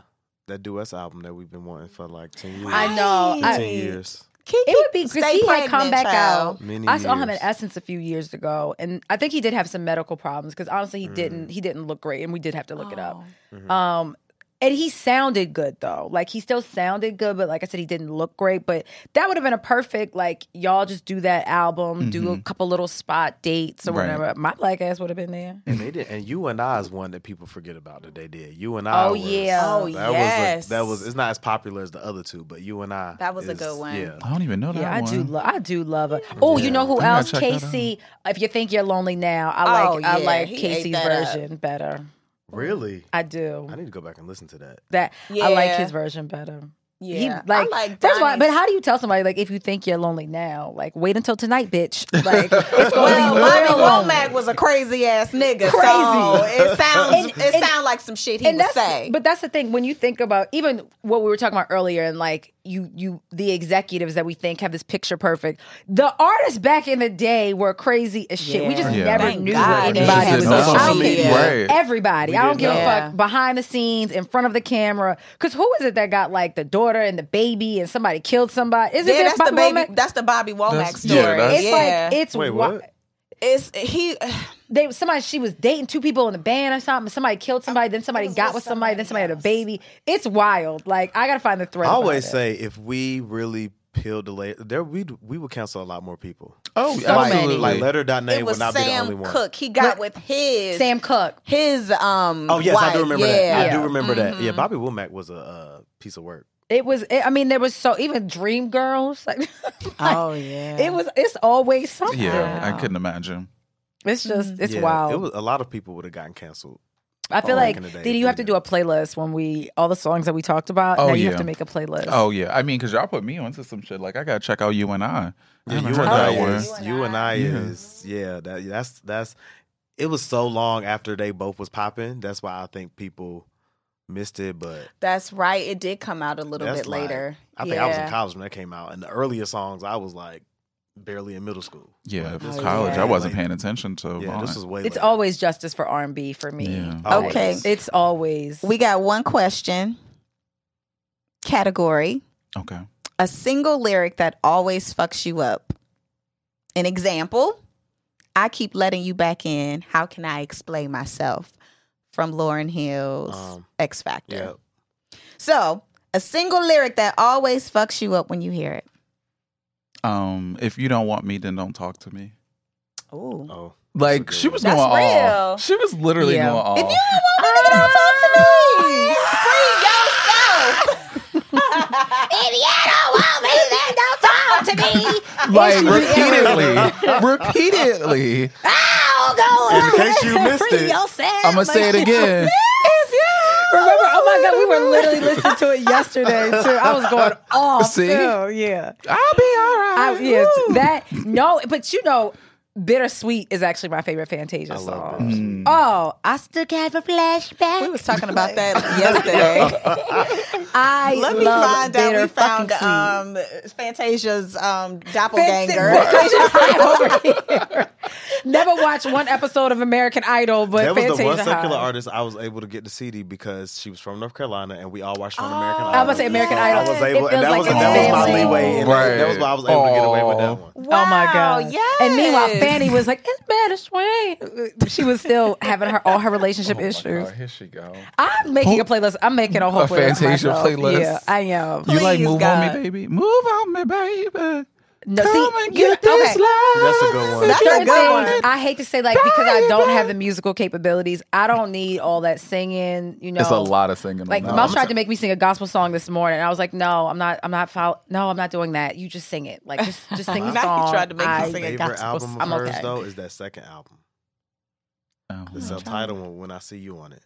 that duets album that we've been wanting for like ten years.
I know. I-
Fifteen years.
Kiki,
It would be because
stay
he had come
pregnant,
back
child.
out.
Many
I saw him in
years.
Essence a few years ago, and I think he did have some medical problems because honestly, he
Mm.
didn't he didn't look great, and we did have to look it up.
Mm-hmm.
Mm-hmm.
Um, and he sounded good though, like he still sounded good, but like I said, he didn't look great. But that would have been a perfect like y'all just do that album, do a couple little spot dates or
Mm-hmm. Right.
whatever. My black ass would have been there.
And they did. And you and I is one that people forget about that they did. You and I.
Oh,
was-
yeah.
Oh,
that
yes.
Was a, that was. It's not as popular as the other two, but you and I.
That was a
is-
good one.
Yeah.
Oh.
I don't even know that
Yeah, I
one.
do. Lo- I do love her. Oh, you know who
I gotta
else?
check that
Casey. If you think you're lonely now, I
Oh,
like I
yeah,
like
he ate
Casey's
that up.
version better.
Really.
I do.
I need to go back and listen to that.
that I like
Yeah.
his version better.
Yeah.
He,
I
like,
like
first of all, but
Donnie's-
how do you tell somebody like if you think you're lonely now, like wait until tonight, bitch. Like it's gonna
Well,
be real lonely.
Bobby Womack was a crazy ass nigga. So it sounds
And-
it
and-
sounds like some shit he
and
would
that's
say.
but that's the thing when you think about even what we were talking about earlier and like you you the executives that we think have this picture perfect the artists back in the day were crazy as shit we just
Yeah.
never
Thank
knew
God
Right,
they
because
anybody
had
it's
was
no
I
social
don't give a
media.
fuck.
Right.
everybody I don't
didn't
give
know.
a
Yeah.
fuck behind the scenes in front of the camera because who is it that got like the daughter and the baby and somebody killed somebody is
yeah,
it
that's the
Bobby
baby.
Womack?
That's the Bobby Womack
That's-
story.
yeah, that's-
it's
yeah.
like it's
Wait,
wi-
what?
it's, he.
they somebody she was dating two people in a band or something. Somebody killed somebody, then somebody got Oh, with somebody, then somebody had a baby. It's wild. Like I gotta find the thread.
I always
behind it.
say if we really peeled the layer, there we we would cancel a lot more people.
Oh,
like,
absolutely.
Like letter dot
It
name
was
would not be the only
Sam
one.
Cook. He got with his
Sam Cook.
his um.
Oh yes, I do
wife.
remember
yeah. Mm-hmm.
that. I do remember that. Yeah, Bobby Womack was a uh, piece of work.
It was. It, I mean, there was so even Dream Girls. Like,
Oh yeah.
it was. It's always something.
Yeah, I couldn't imagine.
It's just. It's
yeah,
wild.
It was a lot of people would have gotten canceled.
I feel
back
like
in the day,
did you have to
didn't
do
it?
a playlist when we all the songs that we talked about?
Oh,
now you
yeah.
have to make a playlist.
Oh yeah, I mean, because y'all put me onto some shit. Like I gotta check out you and I. I
Yeah,
haven't
you and
heard
I
that
Yeah.
one.
is. You and I is. Yeah, that, that's that's. It was so long after they both was popping. That's why I think people missed it. But
That's right. It did come out a little
that's
bit later.
like- I think I was in
Yeah.
college when that came out, and the earlier songs I was like barely in middle school.
Oh, Yeah,
Like, this was
college.
way
I wasn't
later.
paying attention to.
Yeah,
Vaughn.
this was way.
It's
later.
always justice for R and B for me.
Yeah.
Always.
Okay.
It's always.
We got one question. Category:
okay.
A single lyric that always fucks you up. An example: I keep letting you back in. How can I explain myself? From Lauren Hill's
Um,
X Factor.
Yeah.
So, a single lyric that always fucks you up when you hear it.
Um, if you don't want me, then don't talk to me.
Ooh.
Oh,
Like
good
she was
one.
going
That's real.
off. She was literally
Yeah.
going off.
Oh.
If you don't want me, then don't talk to me. Free yourself.
like repeatedly, repeatedly.
In case you missed it,
I'm gonna say it again.
Remember? Oh my god, we were literally listening to it yesterday too. I was going off.
See?
too. yeah.
I'll be all right.
I, yes, that no, but you know, bittersweet is actually my favorite Fantasia
love
song.
Mm-hmm.
Oh, I still have a flashback.
We was talking about that yesterday.
I
Let me
love
find out.
bitter
We found
fucking sweet.
um, Fantasia's um, doppelganger.
Fantasia over here. Never watched one episode of American Idol, but
that was
Fantasia
the one
High.
secular artist I was able to get the CD because she was from North Carolina, and we all watched her on American Idol.
Oh, I was say American
So
Idol.
I was able,
It
and that
feels
was
like
that was
it's
my
family.
leeway, and that- that was why I was able to get away with
Right.
that one.
oh my god!
Yes.
And meanwhile, Fanny was like, "It's bittersweet." She was still having her all her relationship issues.
Oh here she go.
I'm making a playlist. I'm making a whole
A
playlist
Fantasia
myself.
playlist.
Yeah, I am.
you like
Please,
move on
God.
me, baby. Move on me, baby.
No,
Come
see,
and
you-
get this
okay.
love.
That's a good one.
That's
Certain
a good one.
things, I hate to say like because I don't have the musical capabilities. I don't need all that singing. You know,
It's a lot of singing.
Like
on that.
Mel tried to make me sing a gospel song this morning. And I was like, no, I'm not. I'm not. Follow- no, I'm not doing that. You just sing it. Like just, just sing the
Now he
song.
tried to make me
I-
My
sing a
favorite
gospel
album of
song. I'm
hers
okay.
though is that second album,
Oh,
the subtitle one. When I see you on it,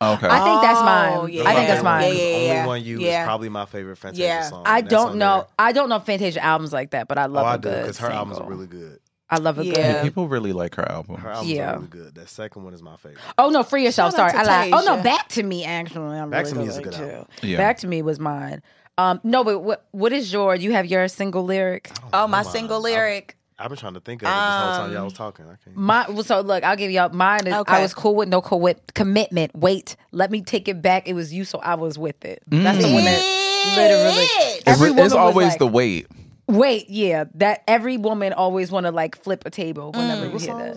okay.
I think that's mine.
Oh, yeah.
I think that's
Those
mine.
are
Yeah,
the
yeah,
only
yeah.
one you
Yeah.
is probably my favorite Fantasia
Yeah.
song.
I
and Oh, that's
don't
on
know.
there.
I don't know Fantasia albums like that, but I love
oh,
a
I do
good
because her albums are
single.
really good.
I love a
Yeah.
good.
Yeah.
People really like her album.
Her albums
Yeah.
are really good. That second one is my favorite.
Oh no, free yourself.
Shout out
Sorry, I
to
lied. Oh no,
Tasia.
back to me actually. I'm
Back
really
to Me is a
like
good
too.
album.
Yeah.
Back to me was mine. Um, no, but what what is your? You have your single lyric.
I don't
Oh,
know
my
mine.
single
I've-
lyric.
I've been trying to think of it this whole time y'all
Um,
was talking. I can't.
My well, so look, I'll give y'all mine. Is, I
Okay.
was cool with no cool with commitment. Wait, let me take it back. It was you, so I was with it. That's the one that literally.
It's,
Every woman
it's
was
always
like,
the weight.
wait. Yeah, that every woman always want to like flip a table whenever you hear that.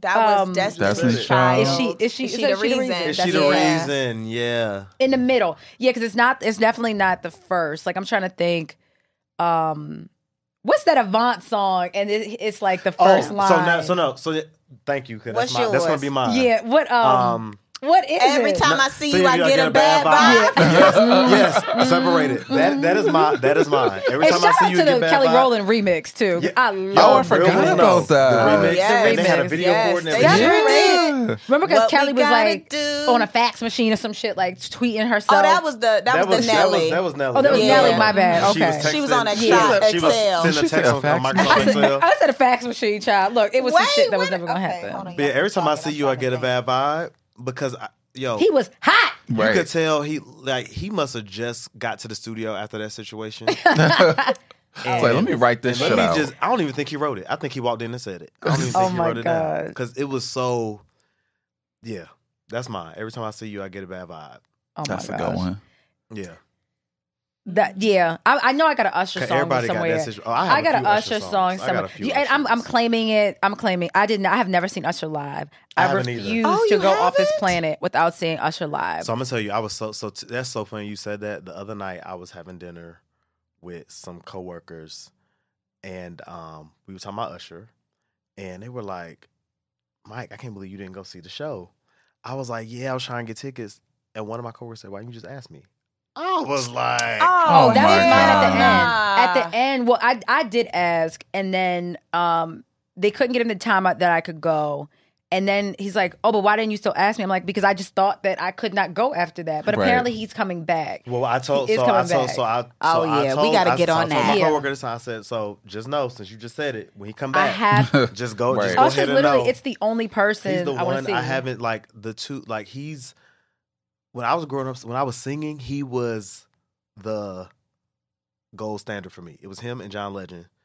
That was
Um,
Destiny's
Destiny's
Child.
Child.
Is she- is she- is
the
that she the
reason?
reason?
Is
That's
she the
Yeah.
reason? Yeah.
in the middle yeah because it's not it's definitely not the first like i'm trying to think um what's that avant song and it, it's like the
Oh,
first
so
line
no, so no, so yeah, thank you. 'cause
What's
that's, my, that's gonna
yours?
be mine.
yeah what um,
Um,
what is
Every
it?
time I see you, I get, a bad vibe.
Um, yes, yes, separated. That that is my that is mine. Every
and
time
Mm-hmm. shout
I
out
see you,
to
get
the
bad
Kelly
vibe.
Rowland remix too
Yeah.
i
Y'all
I
love
real
forgot
ones
about
know.
that.
The remix,
Yes.
and they had a
Remix,
video
yes.
for it. And
They
everything.
did.
Yeah.
remember because
What we
kelly was
gotta
like
do.
on a fax machine or some shit like tweeting herself
Oh, that was the that,
That
was,
was
the Nelly.
That was, that was Nelly.
Oh, that was
Nelly, my
bad.
She was,
Okay.
She was on
texting-
Excel.
She was
Excel.
sending
She
a
said
text on
fax
on Microsoft
machine.
Excel.
I said a fax machine, child. Look, it was some
Wait,
shit that was
wait,
never gonna
okay, hold
happen.
on,
But yeah,
y'all
every
keep
time I
talking,
see
I'm
you, I
trying to
get a
think.
bad vibe because I, yo,
He was hot.
you could
Right.
tell he like he must have just got to the studio after that situation.
Oh
It's like, let me write this
Let
shit
me
out.
just. I don't even think he wrote it. I think he walked in and said it. I don't even think
Oh
he
my
wrote it down
God.
because it was so. Yeah, that's mine. Every time I see you, I get a bad vibe.
Oh
That's
my
a
gosh.
good one.
Yeah,
That yeah, I, I know I got an Usher
'Cause
song
everybody got that
somewhere.
situ- oh, I have
I
a
got
few
an
Usher
Usher song
songs. I got
somewhere,
a few
Yeah,
Usher
and I'm I'm
songs.
claiming it. I'm claiming. I didn't. I have never seen Usher live.
I
I,
haven't either.
refuse
Oh,
to
you
go off this
haven't?
planet without seeing Usher live.
So I'm gonna tell you, I was so so. T- that's so funny you said that. The other night, I was having dinner with some coworkers, and um, we were talking about Usher, and they were like, "Mike, I can't believe you didn't go see the show." I was like, "Yeah, I was trying to get tickets," and one of my coworkers said, "Why didn't you just ask me?" I was like,
Oh,
Oh
that
my
was mine at
God.
the end. At the end, well, I I did ask, and then um they couldn't get him the time out that I could go. And then he's like, "Oh, but why didn't you still ask me?" I'm like, "Because I just thought that I could not go after that." But
Right.
apparently, he's coming back.
Well, I told
He is
so I
coming
told
back.
so I so
Oh,
I
yeah, we
told,
gotta
I-
get
so I
on
told
that.
My
Yeah.
coworker this time I said so. Just know since you just said it when he come
I
back,
have
just go
Right.
just go
Usher's
ahead and know.
literally. It's the only person
he's the
I want
one
to see.
I haven't like the two like he's when I was growing up when I was singing he was the gold standard for me. It was him and John Legend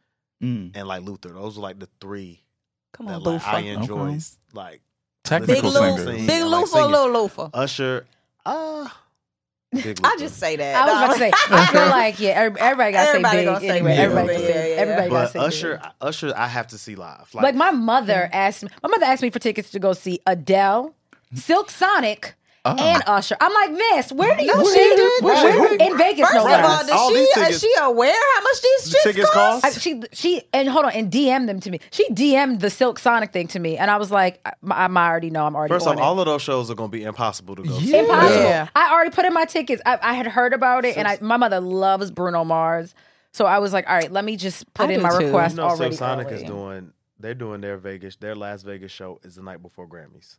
Mm.
and like Luther. Those were like the three
Come
that
on,
like, I
Lufa.
enjoy
Okay.
like
Big
Technical
Little
singers.
singers.
Lufa, Big
I like
Lufa, or
singing.
Little Lufa.
Usher. Ah, Big
I
Luther.
just say that.
I was about to say. I feel like yeah, every- everybody got to say
Everybody
big
gonna say
anyway.
big.
Everybody got to
Yeah,
say.
yeah, yeah.
Everybody got to
but
say.
Usher,
big.
Usher, I have to see live.
Like my mother
Mm.
asked me. My mother asked me for tickets to go see Adele, Silk Sonic.
Ah.
And Usher, I'm like, Miss, where do you
No, she
see?
didn't.
Where
Right.
in Vegas?
First
no
of
less.
all,
All
does
these
she,
tickets-
is she aware how much these
The
chips
tickets
cost?
cost?
I- she she and hold on and DM'd them to me. She DM'd the Silk Sonic thing to me, and I was like, I, I'm already know, I'm already.
First
on
off,
it.
all of those shows are gonna be impossible to go. see.
Yeah.
Impossible.
Yeah.
I already put in my tickets. I, I had heard about it, and I, my mother loves Bruno Mars. So I was like, all right, let me just put
I
in
do
my
too.
request
No, so
already.
Sonic is
early.
doing. They're doing their Vegas. Their Las Vegas show is the night before Grammys.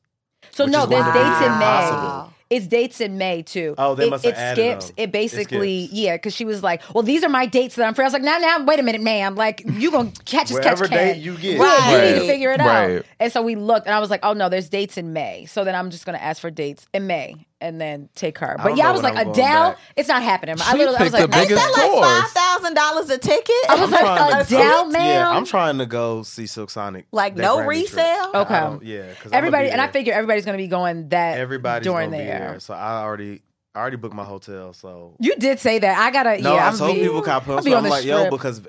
So
which
no,
is
there's
one of the
dates in
reasons
May.
possible.
It's dates in May too.
Oh, they
it,
must
it
have added
skips.
them.
It
It
basically,
skips.
yeah, because she was like, "Well, these are my dates that I'm free." I was like, "Now, now, wait a minute, ma'am. Like, you gonna catch us catch
Whatever
can.
date you get.
yeah, you need
Right.
to figure it
Right.
out." And so we looked, and I was like, "Oh no, there's dates in May." So then I'm just gonna ask for dates in May, and then take her. But
don't
yeah, I
know
was
when
like,
I'm going
"Adele,
back.
it's not happening." I
She
literally, I was
picked
like,
the
"Hey,
biggest-
Is that like
doors.
five thousand dollars a ticket?
I was like,
trying to-
Adele,
Yeah,
ma'am.
I'm trying to go see Silk Sonic.
Like,
that
no
Grammy trip.
resale?
I
Okay.
don't- Yeah, 'cause I'ma
everybody,"
be
and I
there.
figure everybody's gonna be going that
everybody's
during the
gonna be there.
year.
So I already, I already booked my hotel. So
You did say that. I gotta.
no,
yeah,
I told
be-
people cop
I'll
pumped.
be on
So I'm
the
like, yo,
strip.
because,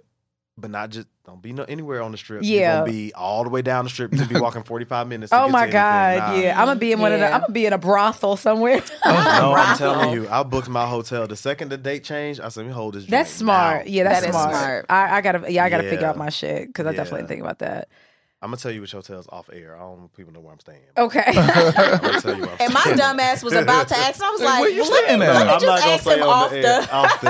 but not just don't be no, anywhere on the strip.
Yeah.
Yeah, you gonna be all the way down the strip. You be walking 45 minutes. To
Oh
get
my
to
god,
anything. Nah.
yeah. I'm gonna be in one of the
Yeah.
I'm gonna be in a brothel somewhere.
No, I'm telling you, I booked my hotel. The second the date changed, I said, "Let me hold this." Drink
that's smart.
now."
Yeah, that's
That is
smart.
smart.
I, I gotta yeah, I gotta figure
Yeah.
out my shit because I definitely
Yeah.
didn't think about that.
I'm gonna tell you which hotel's off air. I don't want people to know where I'm staying.
Okay.
I'm gonna tell you. where I'm
and my
staying.
dumbass was about to ask. I was like,
where you
well, let
staying
me,
at?
let me
I'm not
just
gonna
ask
say
him
on
off
the
the.
air. Off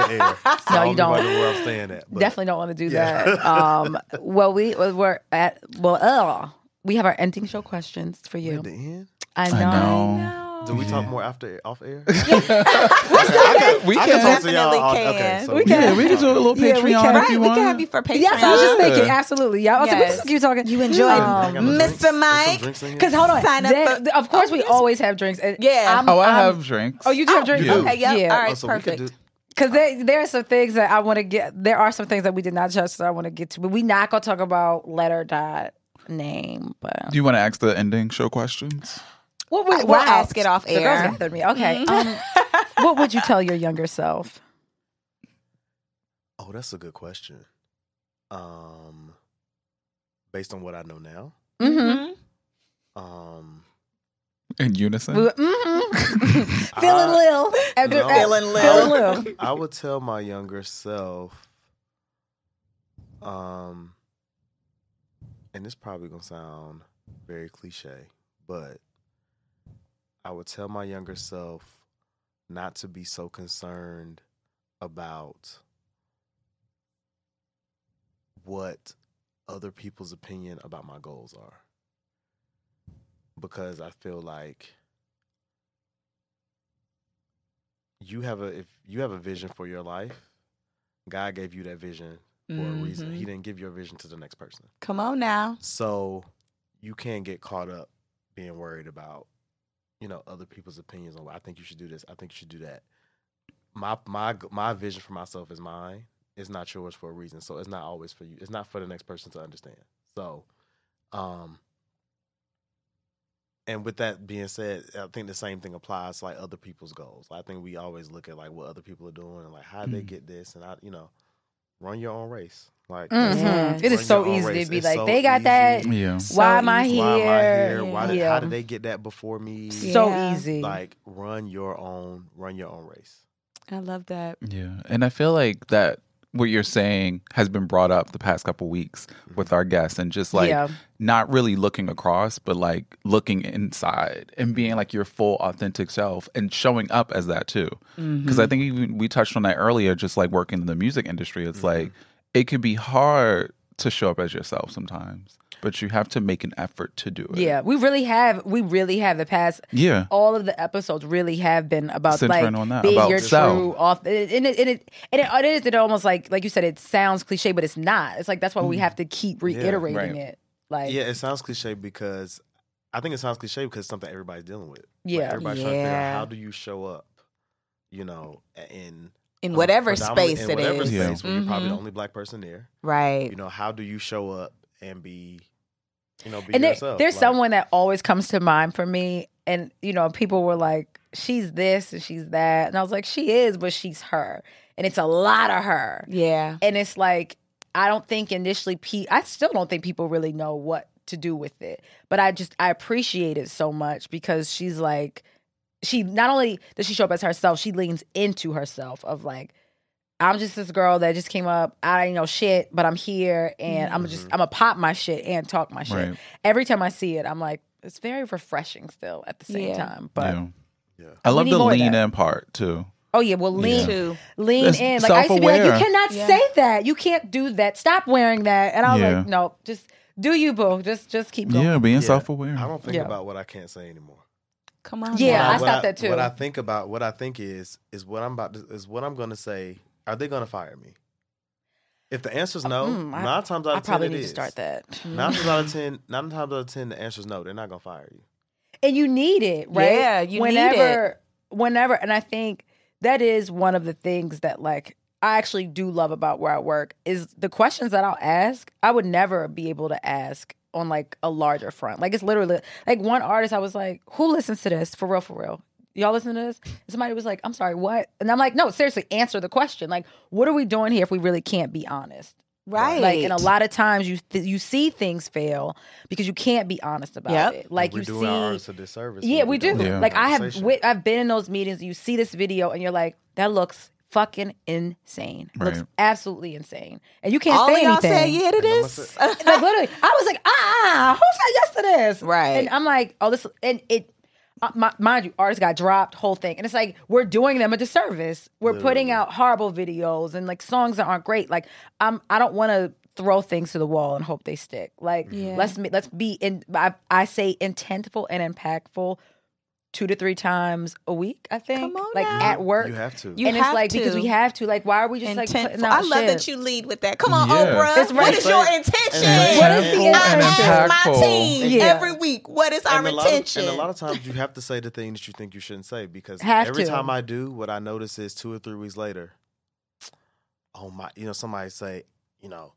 the air. So
No,
I
you
nobody
don't.
know Where I'm staying at. but-
definitely don't want to do
Yeah.
that. Um well we we're at well ugh, we have our ending show questions for
At
you.
the end?
I know.
I know.
Do we talk more after off air?
We
I
can.
can talk to y'all.
Definitely
all-
can.
Okay, so
We can.
Yeah, we can do a little
Yeah, we
Patreon
can.
if
Right,
you
we
want.
can have you for Patreon.
Yes, I was just
Yeah.
thinking, absolutely. Yeah, I was like, we
Yes.
just keep talking.
You enjoyed it.
I got no
Mr.
drinks. There's some
Mike,
drinks in here?
Because hold on,
Sign up
Then-
for- Oh,
of course we
yes.
always have drinks. and
Yeah.
I'm-
Oh, I
I'm-
have drinks.
Oh, you do have drinks.
do.
Okay, yep.
Yeah.
All right,
Oh, so we could
perfect.
do-
Because there, there are some things that I want to get. There are some things that we did not touch that I want to get to, but we not gonna talk about letter dot name. But
Do you want to ask the ending show questions?
what would,
we'll ask it off
The girls
air. Mm-hmm.
gathered me. Okay. Um, what would you tell your younger self?
Oh, that's a good question. Um, based on what I know now,
Mm-hmm.
um,
In unison?
mm-hmm. Feeling
I-
lil. After-
No.
uh,
Feeling lil.
Feeling lil.
I would tell my younger self, um, and this probably gonna sound very cliche, but I would tell my younger self not to be so concerned about what other people's opinion about my goals are. Because I feel like you have a if you have a vision for your life, God gave you that vision for
Mm-hmm.
a reason. He didn't give your vision to the next person.
Come on now.
So you can't get caught up being worried about, you know, other people's opinions on I think you should do this, I think you should do that. My my g- my vision for myself is mine. It's not yours for a reason. So it's not always for you. It's not for the next person to understand. So um and with that being said, I think the same thing applies to like other people's goals. I think we always look at like what other people are doing and like how they
Mm.
get this and I you know, run your own race. Like that's-
Mhm. It is
Run
so
your own
easy
race.
to be
It's
like,
so
they got that.
easy.
Yeah.
Why am I
easy.
here?
Why am I here? Why did,
Yeah.
How did they get that before me?
So
Yeah.
easy.
Like run your own, run your own race.
I love that.
Yeah. And I feel like that what you're saying has been brought up the past couple weeks with our guests and just like
Yeah.
not really looking across, but like looking inside and being like your full authentic self and showing up as that too.
Mm-hmm.
Because I think even we touched on that earlier, just like working in the music industry, it's
Mm-hmm.
like it could be hard to show up as yourself sometimes, but you have to make an effort to do it.
yeah, Oh, we really have. We really have the past.
Yeah.
all of the episodes really have been about
Centering
like
on that,
being
about
your
self.
true off and it, and it and it and it, it is it almost like like you said it sounds cliche but it's not it's like that's why we have to keep reiterating
right.
it like
Mm. Yeah, it sounds cliche because I think it sounds cliche because it's something everybody's dealing with. Like,
Yeah.
everybody's trying to figure
Yeah.
out how do you show up, you know, in
In whatever
predominantly-
space
Oh, in
it
whatever
is.
Yeah.
space where you're
Mm-hmm.
probably the
Mhm.
only black person there.
Right.
You know, how do you show up and be, you know, be
and there-
yourself?
there's
Like,
someone that always comes to mind for me and you know people were like she's this and she's that and I was like she is but she's her and it's a lot of her
Yeah.
and it's like I don't think initially pe- I still don't think people really know what to do with it. But I just I appreciate it so much because she's like she not only does she show up as herself, she leans into herself of like I'm just this girl that just came up. I ain't know shit, but I'm here and I'm just I'm gonna pop my shit and talk my shit.
Mm-hmm. Right.
Every time I see it, I'm like it's very refreshing still at the same
Yeah.
time. But
yeah.
Yeah.
I love
need
the
more of
lean
that.
in part too.
Oh yeah, well lean
Too.
lean
That's
in. Like I used to be like, you
self-aware.
cannot say that. You can't do that. Stop wearing that. And I was
Yeah.
like, no, just do you, boo. Just just keep going.
Yeah, being
Yeah.
self-aware.
I don't think
Yeah.
about what I can't say anymore.
Come on.
Yeah,
What
I
what
stopped that too.
What I think about, what I think is, is what I'm about to, is what I'm going to say. Are they going to fire me? If the answer's no,
Mm, I-
nine times out of
I
ten,
probably
it
need to
is.
start that. Hmm. Mm-hmm.
Nine times out of ten, nine times out of ten, the answer's no. They're not going to fire you.
and you need it, right?
Yeah, you need
whenever, whenever, and I think that is one of the things that like I actually do love about where I work is the questions that I'll ask. I would never be able to ask on like a larger front. Like it's literally like one artist. I was like, who listens to this for real? For real. Y'all listen to this? And somebody was like, I'm sorry, what? And I'm like, no, seriously, answer the question. Like, what are we doing here if we really can't be honest?
Right.
Like, and a lot of times you th- you see things fail because you can't be honest about
Yep.
it. Like
we're
you
doing
see,
our artists a disservice.
yeah,
when
we do.
don't have a
Like I have,
conversation.
wit- I've been in those meetings. You see this video, and you're like, "That looks fucking insane. Looks
Right.
absolutely insane." And you can't
All
say
of y'all
anything.
say, yeah, it
I'ma
is.
say-
like literally, I was like, "Ah, who said yes to this?"
Right.
And I'm like, "Oh, this," and it. Uh, mi- mind you, artists got dropped, whole thing, and it's like we're doing them a disservice. We're putting out horrible videos and like songs that aren't great. Like I'm, I don't want to throw things to the wall and hope they stick. Like let's ma- let's be in. I, I say intentful and impactful two to three times a week. I think,
Come on
like
now.
at work,
You have to.
You
and
have
it's like because
to.
we have to. Like, why are we just like
Intentful.
putting out
I love
shit?
that you lead with that. Come on,
Yeah.
Oprah.
It's
What
right.
is your
Right.
intention?
Right. What is
the
I
intention?
ask my
Impactful.
team
Yeah.
every week, what is our
and a lot of-
intention?
and a lot of times you have to say the thing that you think you shouldn't say because
Have
every
to.
time I do, what I notice is two or three weeks later, oh my, you know, somebody say, you know,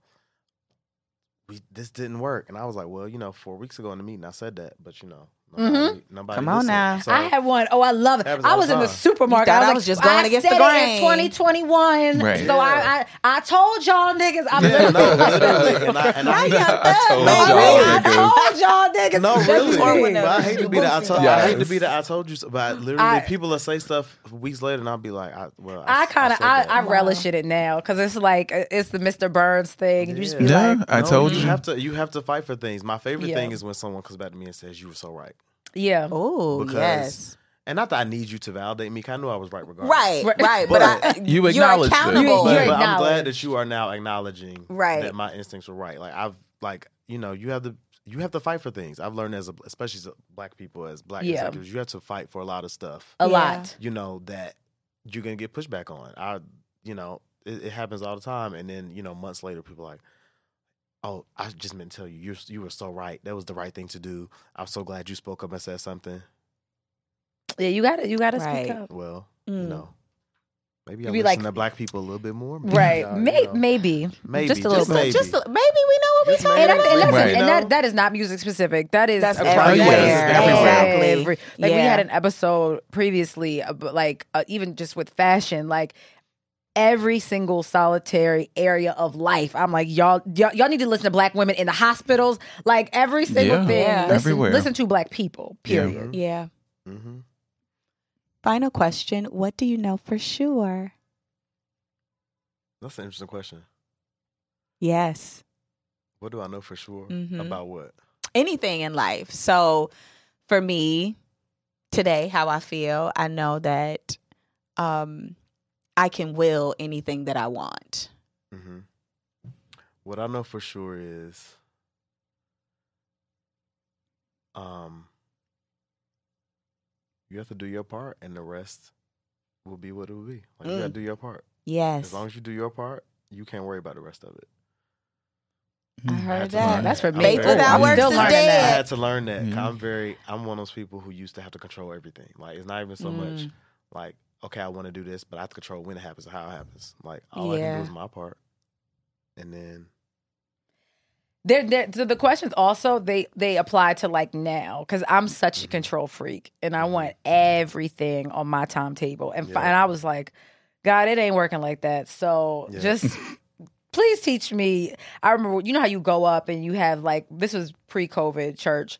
we this didn't work, and I was like, well, you know, four weeks ago in the meeting I said that, but you know, nobody,
Mm-hmm.
nobody
Come on
listened.
now.
So,
I had one. Oh, I love it.
Happens
I
all
was
the
in the
time.
supermarket.
You thought
was
I
like,
was just going against the
said it
grain."
in 2021.
Right.
So I, I I told y'all niggas. I'm
yeah,
yeah,
no, literally, and I, and I,
Now you're
I told
done.
y'all
I
niggas.
told y'all niggas.
No,
That's
really.
what it
Or
is.
But I hate to be the I told. I hate to
Yes.
be the I told you so. But I literally,
I-
people will say stuff weeks later, and I'll be like, I, well,
I kind of
said
I,
that.
I relish in it now because it's like uh, it's the Mr. Burns thing. and You just be
Yeah,
like,
I
No,
told
you
you.
have to you have to fight for things. My favorite
Yeah.
thing is when someone comes back to me and says you were so right,
yeah,
Oh,
Because-
yes.
and not that I need you to validate me. 'cause I knew I was right regardless.
Right, right. But, I,
You
you're
acknowledged it.
accountable.
You-
but,
you're-
but I'm
acknowledge.
glad that you are now acknowledging
Right.
that my instincts were right. Like I've like you know you have to you have to fight for things. I've learned as a, especially as a black people as black
Yeah.
executives, you have to fight for a lot of stuff.
a
Yeah.
lot.
you know that you're gonna get pushback on. I, you know, it, it happens all the time, and then you know, months later, people are like, "Oh, I just meant to tell you, you you were so right. That was the right thing to do. I'm so glad you spoke up and said something."
Yeah, you got to you got to
Right.
speak up.
Well, you
Mm.
know, maybe
You
I
be
listen
like-
to black people a little bit more. Maybe
Right,
I, you
May,
know,
maybe,
maybe
just a little
just
bit.
maybe.
Just a- maybe we know what we're
Just
talking
And, I,
maybe.
about.
and, listen,
Right.
and that, that is not music specific. That is
That's
across
everywhere.
the
Yes,
board.
everywhere.
Exactly.
Every- like we
Yeah.
had an episode previously, about, like uh, even just with fashion, like every single solitary area of life. I'm like y'all, y'all, y'all need to listen to black women in the hospitals. Like every single
Yeah.
thing.
Yeah.
Listen,
Everywhere.
listen to black people.
Yeah.
Period.
yeah.
hmm
Final question. What do you know for sure?
That's an interesting question.
Yes.
What do I know for sure
Mm-hmm.
Mhm.
about what?
anything in life. So for me, today, how I feel, I know that um, I can will anything that I want.
hmm What I know for sure is, um, you have to do your part, and the rest will be what it will be. Like you gotta
Mm.
do your part.
Yes.
As long as you do your part, you can't worry about the rest of it.
I
Mm.
heard
to
that.
learn
That's for
that.
me.
I'm
Faith without
I'm
works
still
is
learning
I
that.
dead.
had to learn that.
Yeah.
I'm very. I'm one of those people who used to have to control everything. Like it's not even so much
Mm.
like okay, I want to do this, but I have to control when it happens and how it happens. Like all I can
Yeah.
do is my part, and then
They're, they're, so the questions also they they apply to like now because I'm such a
Mm-hmm.
control freak and I want everything on my timetable and fi-
Yeah.
and I was like, God, it ain't working like that. So
Yeah.
just please teach me. I remember you know how you go up and you have like this was pre COVID church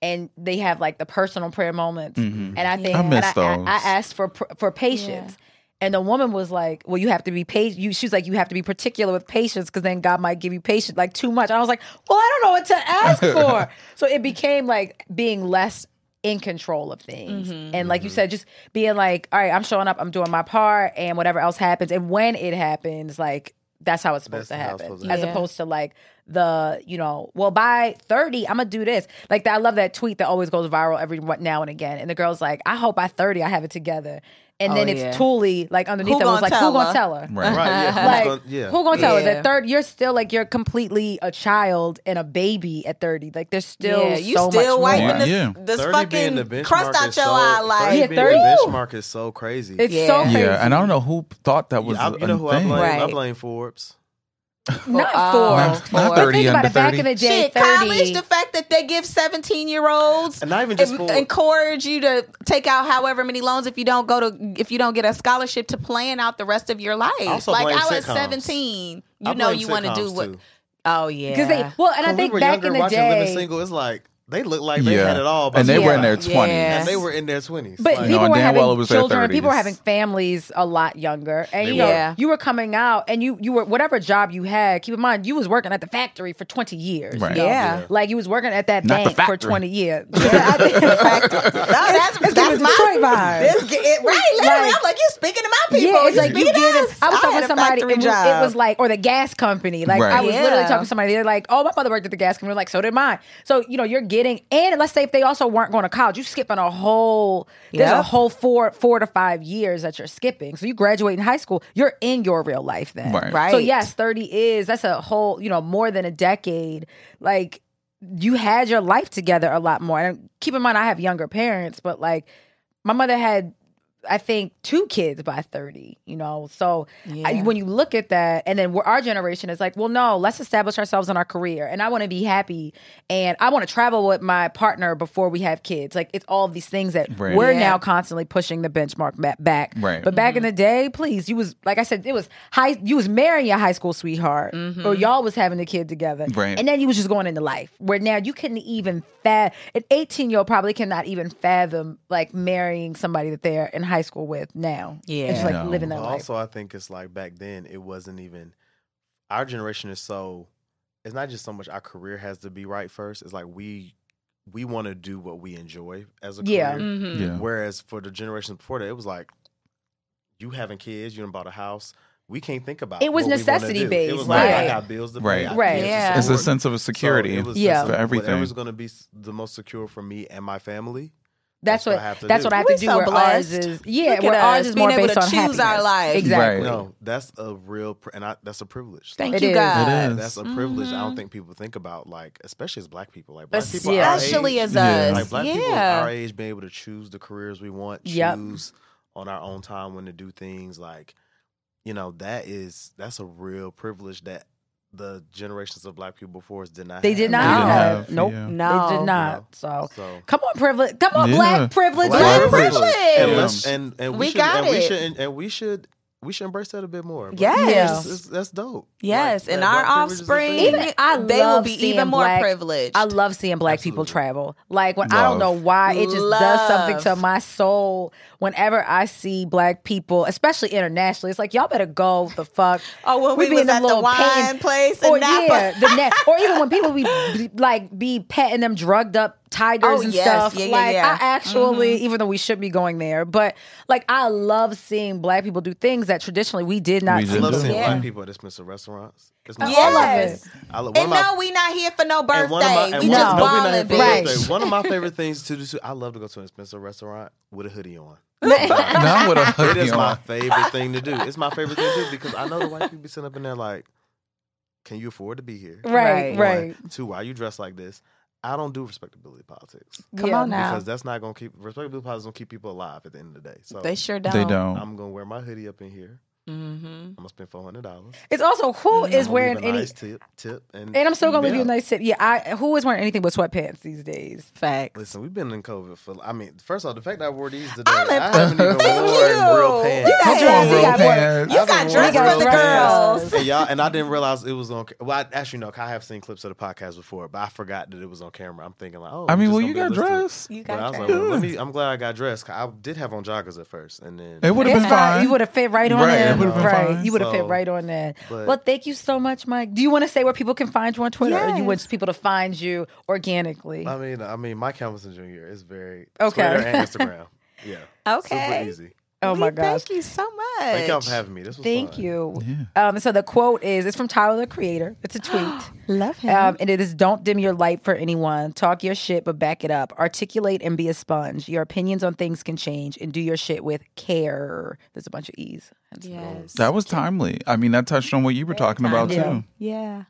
and they have like the personal prayer moments
Mhm.
and I think
I
and
miss
I,
those.
I asked for pr- for patience. And the woman was like, "Well, you have to be patient." You, she was like, "You have to be particular with patience, because then God might give you patience, like too much." And I was like, "Well, I don't know what to ask for." so it became like being less in control of things. And like you
Mm-hmm.
said, just being like, all right, I'm showing up, I'm doing my part, and whatever else happens. And when it happens, like, that's how it's supposed
That's
to
how it's
happen.
supposed to
As
happen. Yeah.
opposed to like the, you know, well, by 30, I'm going to do this. Like, that, I love that tweet that always goes viral every one- now and again. And the girl's like, I hope by 30 I have it together. And
Oh,
then it's
yeah.
Thule, like, underneath
Who
that was
gonna
like, who
tell
going to
her?
tell her?
Uh-huh.
Right.
Right. Yeah. who's
Like,
gonna- yeah.
who gonna tell her
Yeah.
that third? You're still like you're completely a child and a baby at thirty. Like there's still
yeah, you
so
still
much
wiping
more.
this,
Yeah.
this
30 being the
fucking
benchmark
crust out
is
your
so,
eye like
30
Yeah,
being the
30.
benchmark is so crazy.
It's
Yeah.
so crazy.
Yeah, and I don't know who thought that was.
yeah, I,
a
you know who I
thing.
blame? I
Right.
blame Forbes.
not
Oh,
four.
Not- not
Or-
But
30
think about
under
it. Back
30.
in the day,
Shit, college,
thirty.
the fact that they give 17 year olds
And not even just Forbes.
encourage you to take out however many loans if you don't go to if you don't get a scholarship to plan out the rest of your life.
also
like
blame
I was
sitcoms.
17. You
I
know
blame
you want to
sitcoms,
do what
too.
Oh yeah.
Because they well, and I
When
think
we were
back
younger,
in the
watching Living
day,
Single, it's like they looked like they had it all, by
and they were in
the
their
time.
Yeah.
twenties.
And they were in their twenties.
but
like,
No,
people were
damn
having
well it was their
children. People were
30s.
having families a lot younger, and
They
you know
were.
you were coming out, and you you were whatever job you had. Keep in mind, you was working at the factory for twenty years.
Right.
you know?
Yeah. Yeah.
like you was working at that
Not the
bank for
factory.
twenty years.
Yeah, I think- no, that's, that's
giving
my
Detroit vibes.
This, get- it, right, literally,
Like-
I'm like, you're speaking to my people.
Yeah, it's like you
speaking
did
to
it.
us.
I was talking
had
to
a
somebody. It
factory
was, it
job.
was like, or the gas company. Like
Right.
I was
Yeah.
literally talking to somebody. They're like, "Oh, my mother worked at the gas company." Like, so did mine. So you know, you're getting. And let's say if they also weren't going to college, you skipping a whole. There's
Yeah.
a whole four four to five years that you're skipping. So you graduate in high school, you're in your real life then.
Right.
Right.
So yes, thirty is that's a whole you know more than a decade. Like you had your life together a lot more. And keep in mind, I have younger parents, but like my mother had, I think, two kids by 30, you know? So I,
Yeah.
when you look at that, and then we're, our generation is like, well, no, let's establish ourselves in our career. And I wanna be happy. And I wanna travel with my partner before we have kids. Like, it's all these things that
Right.
we're
Yeah.
now constantly pushing the benchmark ma- back.
Right.
But back in the day, please, you was, like I said, it was high, you was marrying your high school sweetheart, or y'all was having a kid together.
Right.
And then you was just going into life where now you couldn't even fathom an 18 year old probably cannot even fathom like marrying somebody that they're in high school with now.
Yeah.
And just like
No.
living that
Well,
life.
also, I think it's like back then it wasn't even our generation is so it's not just so much our career has to be right first. It's like we we want to do what we enjoy as a
Yeah.
career.
Mm-hmm.
Yeah.
Whereas for the generations before that, it was like you having kids, you done bought a house. We can't think about
It was
what we wanna
necessity
do.
based,
It was like
right.
I got bills to pay,
Right.
I got
Right.
kids to
Yeah.
It's a
support.
sense of security.
So it was
Yeah.
just
For everything.
Whatever's going to be s- the most secure for me and my family.
that's,
that's what
what,
I have to
that's
do.
what I have
We
to do.
so
where ours
blessed.
is yeah,
Look
where
at
ours
us,
is
being
more
able
based
to
on
choose our
happiness.
life.
Exactly.
Right.
No, that's a real, pri- and I, that's a privilege.
Thank
It
you,
is.
God.
It
Yeah,
is.
that's a privilege I
Mm-hmm.
don't think people think about, like especially as black people, like black
But
people,
yeah.
our
Especially
age,
as
Yeah.
us.
like black people
yeah.
our age, being able to choose the careers we want, choose
Yep.
on our own time when to do things, like you know, that is that's a real privilege that the generations of black people before us did not.
They
have.
did not
No.
have.
Didn't have,
nope.
yeah.
No.
They did
No.
not. So.
So-
come on, privilege. Come on,
Yeah.
black privilege.
Black
Black privilege.
privilege.
And, let's- and, and we,
We
should,
got
and we
it.
should and, and we should we should embrace that a bit more. But
Yes.
it's- it's- that's dope.
Yes,
Like,
and
that
our
black privilege is a
offspring,
thing.
Even I
they will
love
be
seeing
even more
black-
privileged.
I love seeing black people
Absolutely.
travel. Like when I don't know
Love.
why it just does something to
Love.
my soul whenever I see black people, especially internationally. It's like y'all better go the fuck.
Oh, when we
be
was
in them
at the
little
wine
pagan-
place in
or,
Napa.
Yeah, the net, or even when people be be- like be petting them drugged up tigers
Oh,
and
yes.
stuff.
Yeah, yeah,
like
yeah. Mm-hmm.
I actually, even though we should be going there, but like I love seeing black people do things that traditionally we did not
We
I
didn't
love
do.
seeing
Yeah.
black people at dispensive restaurants. It's my
All of
favorite
it.
thing. I love,
And
one of my-
no, we not here for no birthday.
and one of my- and
we
one-
just
no, we not
balling,
here for
bitch.
birthday. One of my favorite things to do too. I love to go to an expensive restaurant with a hoodie on.
Not with a
It
hoodie
is my
on.
favorite thing to do. It's my favorite thing to do because I know the white people be sitting up in there like, "Can you afford to be here?"
Right,
Right.
right.
One. Two, why you dress like this? I don't do respectability politics
Come
Yeah.
on now.
because that's not gonna keep respectability politics gonna keep people alive at the end of the day. So
They sure don't.
They don't.
I'm gonna wear my hoodie up in here.
Mm-hmm.
I'm gonna spend four hundred dollars.
It's also who is wearing any
nice tip? Tip and
And I'm still gonna leave you a
Yeah.
nice tip. Yeah, I who is wearing anything but sweatpants these days?
Facts.
Listen, we've been in COVID for. I mean, first of all, the fact that I wore these today,
Olive,
I haven't even
thank
worn
you.
real pants.
You got
Come
dressed-
on,
you
real
got-
pants.
you
I've
got
been
dressed
wearing
for the
real pants.
girls.
And y'all, and I didn't realize it was on. ca- Well, I, actually, no, I have seen clips of the podcast before, but I forgot that it was on camera. I'm thinking like, oh,
I mean,
we
well,
just
you got
gonna be listening.
dressed.
You
But I
got
was
dressed.
like, well, let me. I'm glad I got dressed. 'cause I did have on joggers at first, and then
It would have been
It's fine. You
fine.
would have fit right on
Right, it
in.
would've been
right. You would have fit
So,
right on that.
but-
well, thank you so much, Mike. Do you want to say where people can find you on Twitter, or you want people to find you organically?
I mean, I mean, Mike Hamilton Jr. is very
Okay.
Twitter and Instagram. Yeah.
Okay.
Super easy.
oh my
We
gosh.
Thank you so much.
Thank y'all for having me. This was
Thank
fun.
you. Um, so the quote is it's from Tyler the Creator. It's a tweet.
Love him.
Um, and it is don't dim your light for anyone. Talk your shit, but back it up. Articulate and be a sponge. Your opinions on things can change, and do your shit with care. There's a bunch of E's. That's-
yes.
That was timely. I mean, that touched on what you were talking about
timely.
too.
Yeah.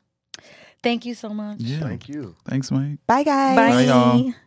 Thank you so much.
Yeah.
Thank you.
Thanks, Mike.
Bye guys.
Bye, y'all.